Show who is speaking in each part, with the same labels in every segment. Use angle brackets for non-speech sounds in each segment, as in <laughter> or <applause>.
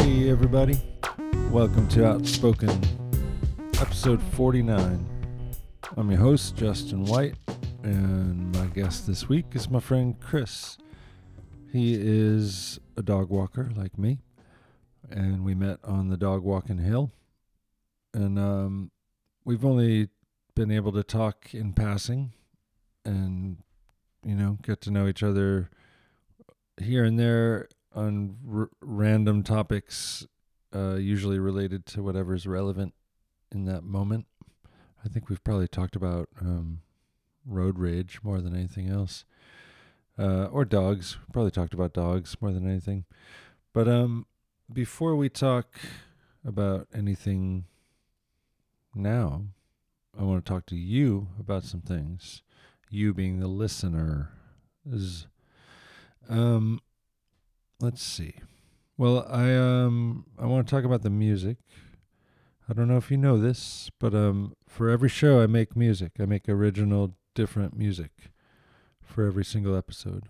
Speaker 1: everybody. Welcome to Outspoken, episode 49. I'm your host, Justin White, and my guest this week is my friend Chris. He is a dog walker like me, and we met on the dog walking hill. And um, we've only been able to talk in passing and, you know, get to know each other here and there on r- random topics, uh, usually related to whatever's relevant in that moment. I think we've probably talked about um, road rage more than anything else, uh, or dogs. Probably talked about dogs more than anything. But um, before we talk about anything now, I want to talk to you about some things. You being the listener is. Um, let's see. Well, I um I want to talk about the music. I don't know if you know this, but um for every show I make music. I make original different music for every single episode.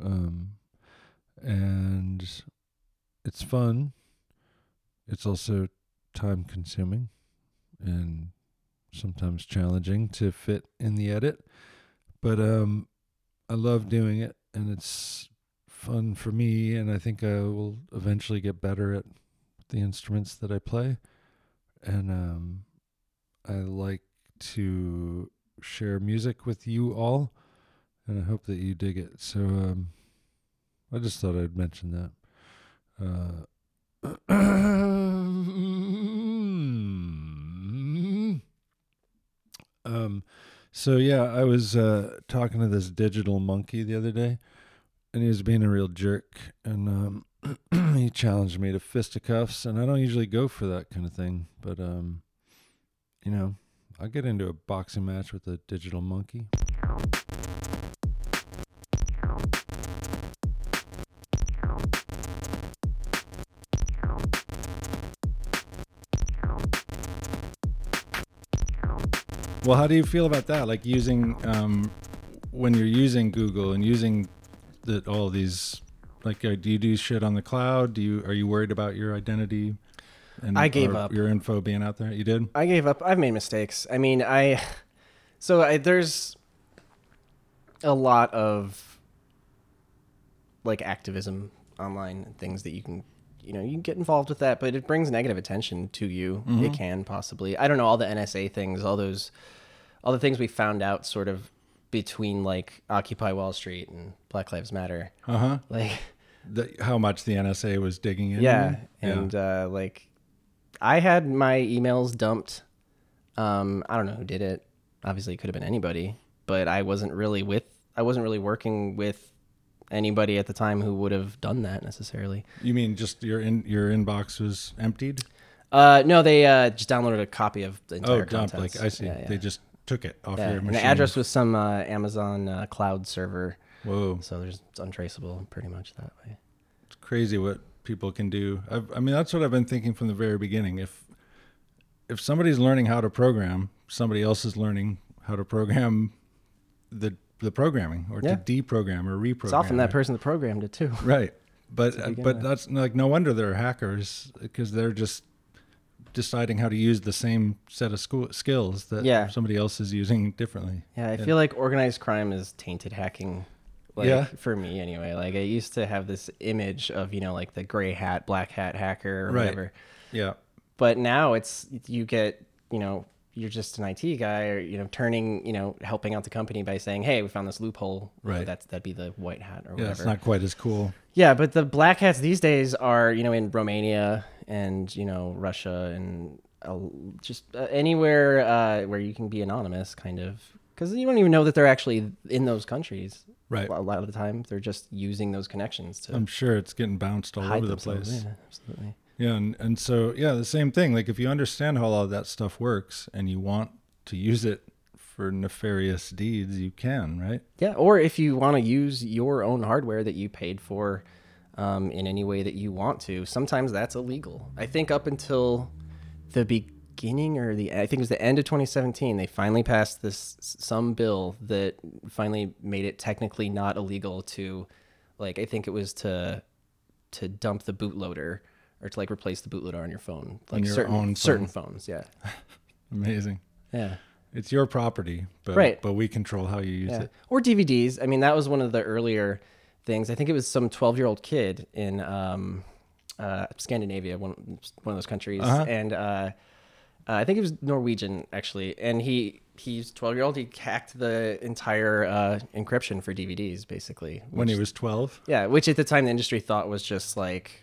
Speaker 1: Um and it's fun. It's also time consuming and sometimes challenging to fit in the edit. But um I love doing it and it's fun for me, and I think I will eventually get better at the instruments that I play. And um, I like to share music with you all, and I hope that you dig it. So um, I just thought I'd mention that. Uh, <clears throat> um, so yeah, I was uh, talking to this digital monkey the other day and he was being a real jerk and um <clears throat> he challenged me to fisticuffs and i don't usually go for that kind of thing but um you know i'll get into a boxing match with a digital monkey
Speaker 2: Well, how do you feel about that? Like using um, when you're using Google and using that all these, like, uh, do you do shit on the cloud? Do you are you worried about your identity? And
Speaker 3: I gave
Speaker 2: or
Speaker 3: up.
Speaker 2: your info being out there. You did.
Speaker 3: I gave up. I've made mistakes. I mean, I <laughs> so I, there's a lot of like activism online and things that you can you know you can get involved with that, but it brings negative attention to you. It can possibly. I don't know all the NSA things, all those, all the things we found out sort of between like Occupy Wall Street and Black Lives Matter.
Speaker 2: Uh huh.
Speaker 3: Like
Speaker 2: The, how much the NSA was digging in?
Speaker 3: yeah
Speaker 2: Mm-hmm. Yeah.
Speaker 3: and uh like i had my emails dumped um i don't know who did it obviously it could have been anybody but i wasn't really with i wasn't really working with anybody at the time who would have done that necessarily
Speaker 2: You mean just your in your inbox was emptied?
Speaker 3: uh no they uh just downloaded a copy of the entire
Speaker 2: oh, dump.
Speaker 3: contents.
Speaker 2: Like I see.
Speaker 3: Yeah, yeah.
Speaker 2: They just took it off
Speaker 3: Yeah,
Speaker 2: your
Speaker 3: and
Speaker 2: machine.
Speaker 3: the address was some uh, amazon uh, cloud server
Speaker 2: Whoa.
Speaker 3: so there's it's untraceable pretty much that way
Speaker 2: crazy what people can do. I've, I mean, that's what I've been thinking from the very beginning. If if somebody's learning how to program, somebody else is learning how to program the the programming or
Speaker 3: Yeah.
Speaker 2: to deprogram or reprogram.
Speaker 3: it's often that
Speaker 2: it.
Speaker 3: person that programmed it too
Speaker 2: right? But
Speaker 3: begin
Speaker 2: but
Speaker 3: with.
Speaker 2: that's like no wonder they're hackers because they're just deciding how to use the same set of school, skills that
Speaker 3: Yeah.
Speaker 2: somebody else is using differently.
Speaker 3: Yeah, I feel like organized crime is tainted hacking. Like,
Speaker 2: Yeah.
Speaker 3: For me, anyway. Like, I used to have this image of, you know, like the gray hat, black hat hacker or
Speaker 2: Right.
Speaker 3: whatever.
Speaker 2: Yeah.
Speaker 3: But now it's, you get, you know, you're just an IT guy or, you know, turning, you know, helping out the company by saying, hey, we found this loophole. You know,
Speaker 2: Right.
Speaker 3: That's, that'd be the white hat or
Speaker 2: Yeah,
Speaker 3: whatever.
Speaker 2: it's not quite as cool.
Speaker 3: Yeah, but the black hats these days are, you know, in Romania and, you know, Russia and uh, just uh, anywhere uh, where you can be anonymous, kind of. Because you don't even know that they're actually in those countries.
Speaker 2: Right.
Speaker 3: A lot of the time, they're just using those connections to
Speaker 2: I'm sure it's getting bounced all
Speaker 3: hide
Speaker 2: over the
Speaker 3: themselves.
Speaker 2: place.
Speaker 3: Yeah, absolutely.
Speaker 2: Yeah, and, and so yeah, the same thing. Like if you understand how all of that stuff works and you want to use it for nefarious deeds, you can, right?
Speaker 3: Yeah, or if you want to use your own hardware that you paid for um, in any way that you want to, sometimes that's illegal. I think up until the beginning or the I think it was the end of 2017, they finally passed this some bill that finally made it technically not illegal to, like I think it was to to dump the bootloader or to like replace the bootloader on your phone,
Speaker 1: On
Speaker 3: like
Speaker 1: your
Speaker 3: certain
Speaker 1: own
Speaker 3: certain phones. Yeah,
Speaker 1: Amazing.
Speaker 3: yeah,
Speaker 1: It's your property, but
Speaker 3: Right.
Speaker 1: but we control how you use
Speaker 3: yeah.
Speaker 1: it.
Speaker 3: Or DVDs. I mean, that was one of the earlier things. I think it was some twelve-year-old kid in um, uh, Scandinavia, one one of those countries,
Speaker 1: Uh-huh.
Speaker 3: and uh, uh, I think he was Norwegian actually, and he. He's twelve-year-old. He hacked the entire uh, encryption for DVDs, basically.
Speaker 1: When he was 12,
Speaker 3: Yeah, which at the time the industry thought was just like,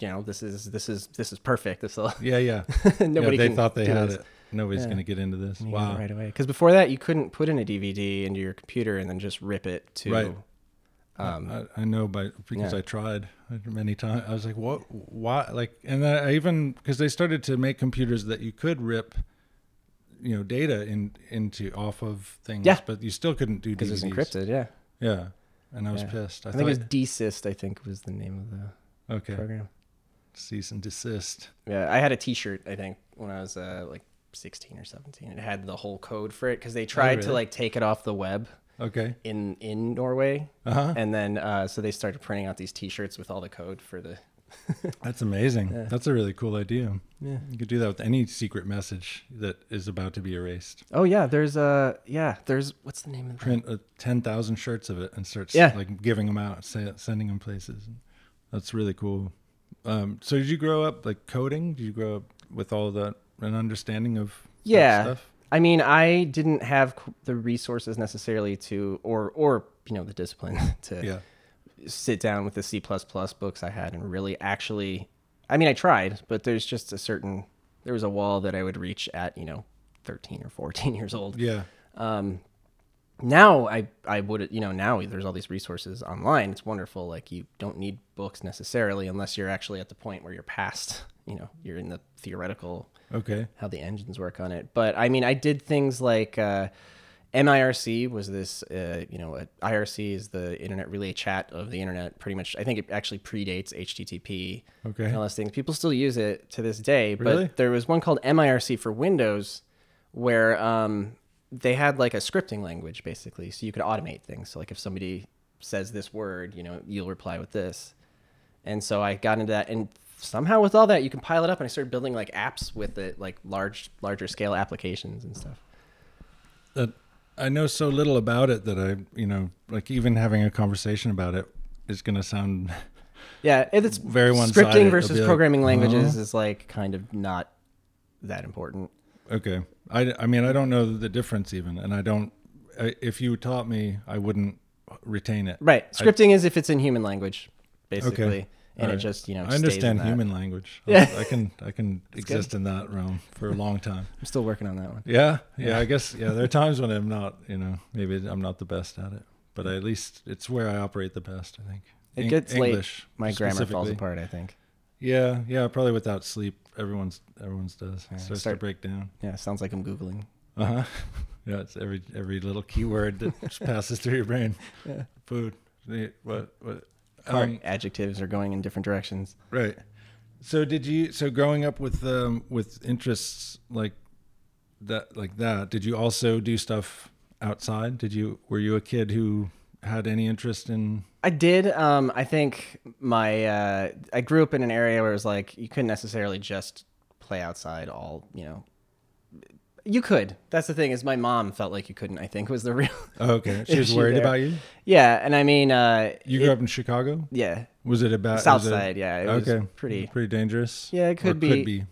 Speaker 3: you know, this is this is this is perfect. This will, <laughs>
Speaker 1: yeah, yeah.
Speaker 3: nobody
Speaker 1: yeah, they
Speaker 3: can
Speaker 1: thought they
Speaker 3: do
Speaker 1: had
Speaker 3: this.
Speaker 1: it. Nobody's
Speaker 3: Yeah.
Speaker 1: gonna get into this.
Speaker 3: You got it
Speaker 1: wow.
Speaker 3: right away. Because before that, you couldn't put in a DVD into your computer and then just rip it to.
Speaker 1: Right. Uh,
Speaker 3: Um,
Speaker 1: I, I know, by because
Speaker 3: yeah.
Speaker 1: I tried many times. I was like, what? Why? Like, and I I even because they started to make computers that you could rip, you know, data in into off of things.
Speaker 3: Yeah.
Speaker 1: But you still couldn't do
Speaker 3: because
Speaker 1: DVDs.
Speaker 3: it was encrypted, yeah.
Speaker 1: Yeah. And I was
Speaker 3: Yeah.
Speaker 1: pissed. I,
Speaker 3: I,
Speaker 1: thought,
Speaker 3: think it was Desist. I think was the name of the
Speaker 1: okay,
Speaker 3: program.
Speaker 1: cease and desist.
Speaker 3: Yeah, I had a T-shirt. I think when I was uh, like sixteen or seventeen, it had the whole code for it because they tried to
Speaker 1: Oh, really?
Speaker 3: like take it off the web
Speaker 1: Okay.
Speaker 3: in in Norway,
Speaker 1: Uh huh.
Speaker 3: and then uh, so they started printing out these T-shirts with all the code for the.
Speaker 1: That's amazing.
Speaker 3: Yeah.
Speaker 1: That's a really cool idea.
Speaker 3: Yeah.
Speaker 1: You could do that with any secret message that is about to be erased.
Speaker 3: Oh yeah, there's uh yeah there's what's the name of the
Speaker 1: Print uh, 10,000 shirts of it and start s-
Speaker 3: Yeah.
Speaker 1: like giving them out, say, sending them places. That's really cool. Um, so did you grow up like coding? Did you grow up with all that an understanding of that
Speaker 3: Yeah.
Speaker 1: stuff?
Speaker 3: I mean, I didn't have c- the resources necessarily to, or or you know, the discipline <laughs> to
Speaker 1: Yeah.
Speaker 3: sit down with the C books I had and really actually. I mean, I tried, but there's just a certain there was a wall that I would reach at you know, thirteen or fourteen <laughs> years old.
Speaker 1: Yeah.
Speaker 3: Um, now I I would you know now there's all these resources online. It's wonderful. Like you don't need books necessarily unless you're actually at the point where you're past. You know, you're in the theoretical
Speaker 1: Okay.
Speaker 3: how the engines work on it. But I mean, I did things like uh, MIRC was this, uh, you know, uh, IRC is the internet relay chat of the internet. Pretty much, I think it actually predates HTTP.
Speaker 1: Okay.
Speaker 3: and all those things. People still use it to this day.
Speaker 1: Really?
Speaker 3: But there was one called MIRC for Windows, where um, they had like a scripting language basically, so you could automate things. So like if somebody says this word, you know, you'll reply with this. And so I got into that and somehow with all that you compile it up and I started building like apps with it, like large larger scale applications and stuff.
Speaker 1: that I know so little about it that I, you know, like even having a conversation about it is going to sound <laughs>
Speaker 3: Yeah, and it's
Speaker 1: Very one-sided.
Speaker 3: scripting
Speaker 1: It'll
Speaker 3: versus
Speaker 1: be like, uh-huh.
Speaker 3: programming languages is like kind of not that important.
Speaker 1: Okay. I, I mean, I don't know the difference even. And I don't, I, if you taught me, I wouldn't retain it.
Speaker 3: Right.
Speaker 1: I-
Speaker 3: Scripting is if it's in human language, basically. And it
Speaker 1: Alright.
Speaker 3: just, you
Speaker 1: I
Speaker 3: know, stays in
Speaker 1: understand
Speaker 3: that.
Speaker 1: human language.
Speaker 3: <laughs> Yeah.
Speaker 1: I can, I can exist in that realm
Speaker 3: <laughs>
Speaker 1: for a long time.
Speaker 3: I'm still working on that one.
Speaker 1: Yeah. Yeah. I guess, yeah, there are times when I'm not, you know, maybe I'm not the best at it, but at least it's where I operate the best, I think.
Speaker 3: It
Speaker 1: Eng-
Speaker 3: gets late.
Speaker 1: English,
Speaker 3: My grammar falls
Speaker 1: specifically.
Speaker 3: apart, I think.
Speaker 1: Yeah. Yeah. Probably without sleep. Everyone's, everyone's does.
Speaker 3: Yeah,
Speaker 1: Starts
Speaker 3: start-
Speaker 1: to break down.
Speaker 3: Yeah, sounds like I'm Googling.
Speaker 1: Uh huh. <laughs> Yeah, it's every every little keyword that
Speaker 3: <laughs>
Speaker 1: just passes through your brain.
Speaker 3: Yeah.
Speaker 1: Food. the- What? What?
Speaker 3: Cart
Speaker 1: Um,
Speaker 3: adjectives are going in different directions.
Speaker 1: right. So did you? So growing up with um with interests like that like that, did you also do stuff outside? Did you? Were you a kid who had any interest in?
Speaker 3: I did. Um, I think my uh, I grew up in an area where it was like you couldn't necessarily just play outside all you know. You could. That's the thing is my mom felt like you couldn't. I think was the <laughs> real.
Speaker 1: Oh, okay, she was
Speaker 3: issue
Speaker 1: worried
Speaker 3: there.
Speaker 1: about you.
Speaker 3: yeah, and I mean, uh,
Speaker 1: You grew up in Chicago.
Speaker 3: yeah,
Speaker 1: Was it about
Speaker 3: South
Speaker 1: was it-
Speaker 3: side. Yeah, it
Speaker 1: okay,
Speaker 3: was pretty.
Speaker 1: pretty dangerous.
Speaker 3: Yeah, it
Speaker 1: Or
Speaker 3: could be.
Speaker 1: Could be.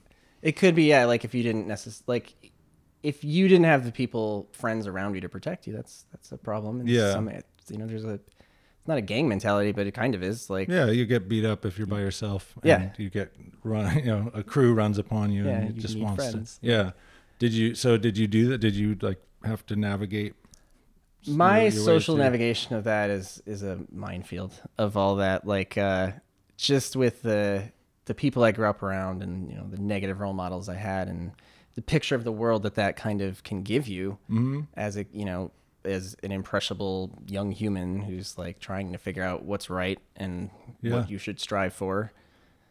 Speaker 3: It could be. Yeah, like if you didn't necess like if you didn't have the people friends around you to protect you, that's that's a problem. And
Speaker 1: Yeah.
Speaker 3: some, you know, there's a it's not a gang mentality, but it kind of is. Like
Speaker 1: Yeah, you get beat up if you're by yourself. And
Speaker 3: Yeah.
Speaker 1: you get run. <laughs> You know, a crew runs upon you,
Speaker 3: Yeah,
Speaker 1: and it
Speaker 3: you
Speaker 1: just
Speaker 3: need
Speaker 1: wants
Speaker 3: friends.
Speaker 1: to. Yeah. Did you? So did you do that? Did you like have to navigate? your-
Speaker 3: my
Speaker 1: your way
Speaker 3: social
Speaker 1: through-
Speaker 3: navigation of that is is a minefield of all that like uh just with the the people i grew up around and you know the negative role models i had and the picture of the world that that kind of can give you
Speaker 1: Mm-hmm.
Speaker 3: as a you know as an impressionable young human who's like trying to figure out what's right and
Speaker 1: Yeah.
Speaker 3: what you should strive for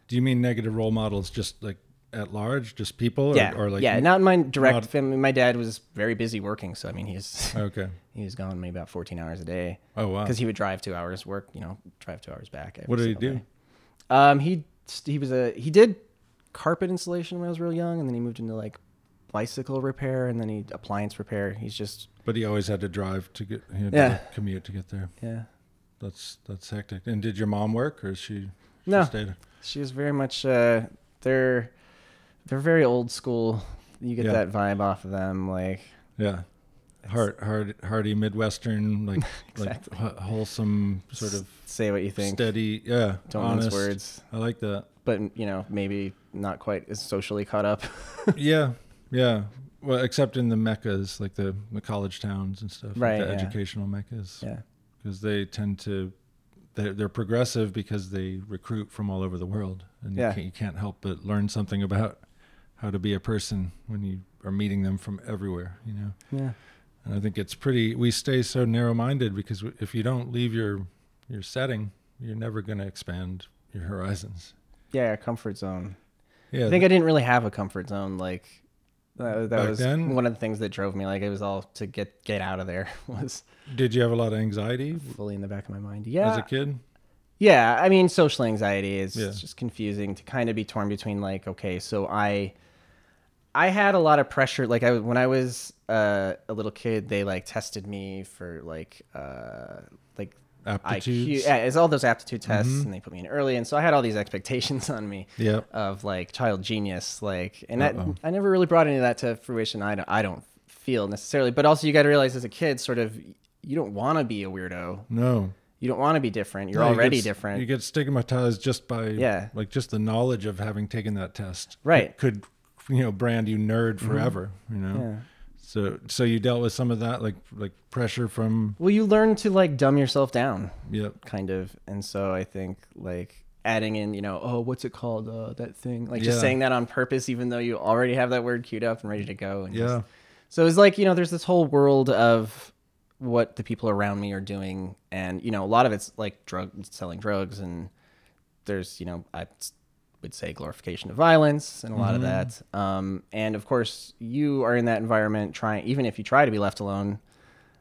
Speaker 1: Do you mean negative role models, just like at large, just people? Or,
Speaker 3: yeah
Speaker 1: Or like
Speaker 3: yeah not in my direct
Speaker 1: not- Uh,
Speaker 3: family my dad was very busy working so i mean he's
Speaker 1: Okay.
Speaker 3: <laughs> he was gone maybe about 14 hours a day
Speaker 1: Oh wow.
Speaker 3: because he would drive two hours work you know drive two hours back every
Speaker 1: What did he
Speaker 3: single
Speaker 1: do?
Speaker 3: day. um he he was a he did carpet installation when I was real young, and then he moved into like bicycle repair, and then he appliance repair. He's just
Speaker 1: But he always had to drive to get. He had
Speaker 3: Yeah.
Speaker 1: to commute to get there.
Speaker 3: yeah.
Speaker 1: That's that's hectic. And did your mom work, or is she? she
Speaker 3: No.
Speaker 1: Stayed?
Speaker 3: She was very much uh, they're they're very old school. You get
Speaker 1: Yeah.
Speaker 3: that vibe off of them, like
Speaker 1: Yeah. Hard, hard, hearty Midwestern, like,
Speaker 3: <laughs> Exactly.
Speaker 1: like wh- wholesome, sort
Speaker 3: s-
Speaker 1: of
Speaker 3: say what you think,
Speaker 1: steady. Yeah,
Speaker 3: don't
Speaker 1: honest.
Speaker 3: mince words,
Speaker 1: I like
Speaker 3: <laughs>
Speaker 1: that.
Speaker 3: but you know maybe not quite as socially
Speaker 1: <laughs>
Speaker 3: caught up. <laughs>
Speaker 1: yeah, yeah. Well, except in the meccas, like the, the college towns and stuff, like
Speaker 3: Right,
Speaker 1: the
Speaker 3: yeah.
Speaker 1: educational meccas,
Speaker 3: yeah,
Speaker 1: because they tend to they're, they're progressive because they recruit from all over the world, and
Speaker 3: Yeah.
Speaker 1: you, can't, you can't help but learn something about how to be a person when you are meeting them from everywhere. You know.
Speaker 3: yeah,
Speaker 1: And I think it's pretty. We stay so narrow-minded because w- if you don't leave your your setting, you're never going to expand your horizons.
Speaker 3: yeah. Our comfort zone.
Speaker 1: Yeah,
Speaker 3: I think I didn't really have a comfort zone. Like that, that
Speaker 1: Back
Speaker 3: was
Speaker 1: then?
Speaker 3: one of the things that drove me. Like it was all to get get out of there <laughs> was
Speaker 1: did you have a lot of anxiety
Speaker 3: fully in the back of my mind.
Speaker 1: as
Speaker 3: Yeah,
Speaker 1: a kid?
Speaker 3: yeah. I mean, social anxiety is
Speaker 1: Yeah.
Speaker 3: it's just confusing to kind of be torn between like, okay, so I. I had a lot of pressure. Like I, when I was uh, a little kid, they like tested me for like, uh, like IQ.
Speaker 1: Aptitudes. Mm-hmm.
Speaker 3: Yeah, it's all those aptitude tests, and they put me in early, and so I had all these expectations <laughs> on me.
Speaker 1: Yeah.
Speaker 3: of like child genius like and that,
Speaker 1: Uh-oh.
Speaker 3: i never really brought any of that to fruition i don't, I don't feel necessarily but also you got to realize as a kid sort of you don't want to be a weirdo
Speaker 1: No.
Speaker 3: you don't want to be different you're
Speaker 1: No, you
Speaker 3: already
Speaker 1: get s-
Speaker 3: different
Speaker 1: You get stigmatized just by
Speaker 3: Yeah.
Speaker 1: like just the knowledge of having taken that test.
Speaker 3: Right. Mm-hmm.
Speaker 1: Could you know brand you nerd forever? You know.
Speaker 3: Yeah.
Speaker 1: So so you dealt with some of that like like pressure from
Speaker 3: well you learn to like dumb yourself down
Speaker 1: yeah
Speaker 3: kind of and so i think like adding in you know oh what's it called uh, that thing like just
Speaker 1: Yeah.
Speaker 3: saying that on purpose even though you already have that word queued up and ready to go and just-
Speaker 1: yeah
Speaker 3: So it's like, you know, there's this whole world of what the people around me are doing. And, you know, a lot of it's like drug selling drugs. And there's, you know, I would say glorification of violence and a lot of
Speaker 1: Mm-hmm.
Speaker 3: that. Um, and of course, you are in that environment trying, even if you try to be left alone.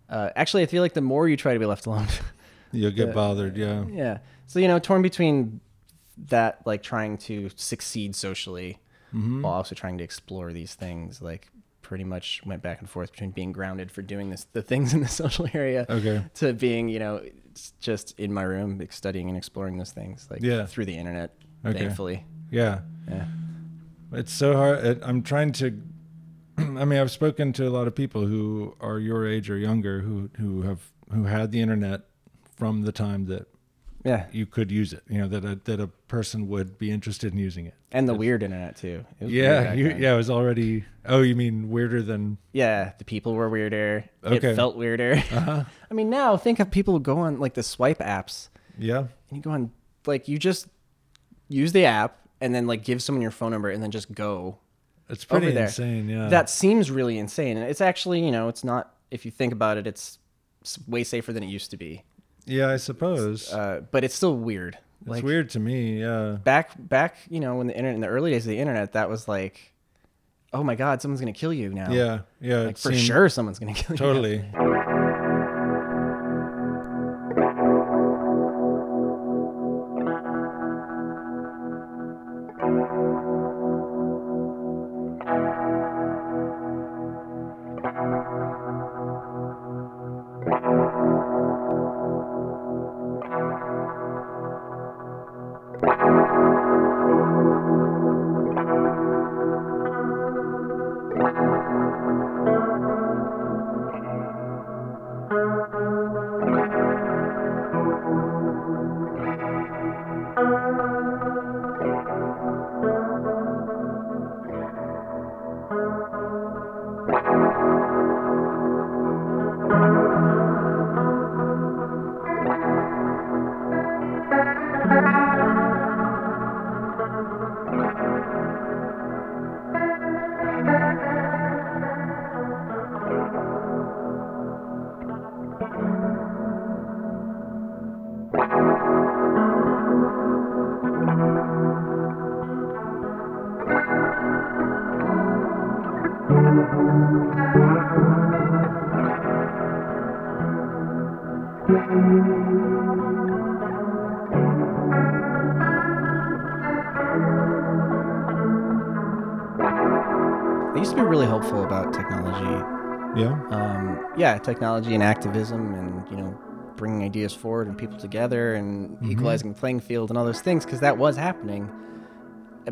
Speaker 3: Uh, actually, I feel like the more you try to be left alone, <laughs>
Speaker 1: you'll get bothered. Yeah.
Speaker 3: yeah. So, you know, torn between that, like trying to succeed socially
Speaker 1: Mm-hmm.
Speaker 3: while also trying to explore these things, like pretty much went back and forth between being grounded for doing this, the things in the <laughs> social area
Speaker 1: Okay.
Speaker 3: to being, you know, s- just in my room like, studying and exploring those things like
Speaker 1: Yeah.
Speaker 3: through the internet,
Speaker 1: Okay.
Speaker 3: thankfully.
Speaker 1: Yeah.
Speaker 3: Yeah.
Speaker 1: It's so hard. It, I'm trying to. <clears throat> I mean, I've spoken to a lot of people who are your age or younger who who have who had the internet from the time that
Speaker 3: Yeah.
Speaker 1: you could use it. You know that a, that a person would be interested in using it.
Speaker 3: And the weird internet too. It was weird
Speaker 1: Yeah,
Speaker 3: back
Speaker 1: you,
Speaker 3: then.
Speaker 1: yeah. It was already. Oh, you mean weirder than?
Speaker 3: Yeah, the people were weirder.
Speaker 1: Okay. Uh-huh.
Speaker 3: It felt weirder. <laughs> I mean, now think of people who go on like the swipe apps
Speaker 1: Yeah.
Speaker 3: and you go on like you just use the app and then like give someone your phone number and then just go
Speaker 1: It's pretty
Speaker 3: over there
Speaker 1: insane. Yeah.
Speaker 3: that seems really insane and it's actually you know it's not if you think about it it's s- way safer than it used to be
Speaker 1: yeah. I suppose
Speaker 3: uh, but it's still weird like
Speaker 1: it's weird to me. Yeah.
Speaker 3: back back you know when the internet in the early days of the internet that was like oh my god someone's gonna kill you now
Speaker 1: Yeah. Yeah.
Speaker 3: Oh. like
Speaker 1: it
Speaker 3: for
Speaker 1: seemed-
Speaker 3: sure <laughs> someone's gonna kill you now.
Speaker 1: Totally.
Speaker 3: are really helpful about technology.
Speaker 1: Yeah.
Speaker 3: Um, yeah, technology and activism, and you know, bringing ideas forward and people together, and equalizing the playing field, and all those things, because that was happening.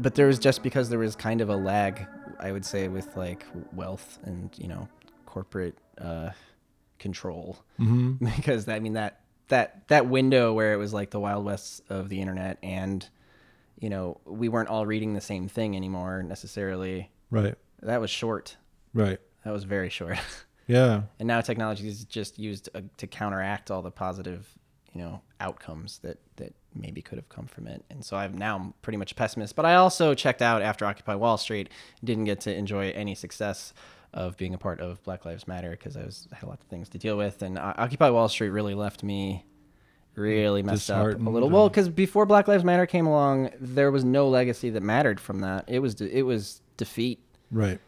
Speaker 3: But there was just because there was kind of a lag, I would say, with like wealth and you know, corporate uh, control, mm-hmm. <laughs> because I mean that that that window where it was like the wild west of the internet and you know we weren't all reading the same thing anymore necessarily
Speaker 1: Right.
Speaker 3: that was short
Speaker 1: Right.
Speaker 3: that was very short <laughs>
Speaker 1: Yeah.
Speaker 3: and now technology is just used uh, to counteract all the positive you know outcomes that that maybe could have come from it and so i'm now I'm pretty much a pessimist but i also checked out after occupy wall street didn't get to enjoy any success of being a part of black lives matter because i was had a lot of things to deal with and uh, occupy wall street really left me really messed up a
Speaker 1: Disheartened
Speaker 3: little
Speaker 1: and-
Speaker 3: well because before black lives matter came along there was no legacy that mattered from that it was de- it was defeat
Speaker 1: Right.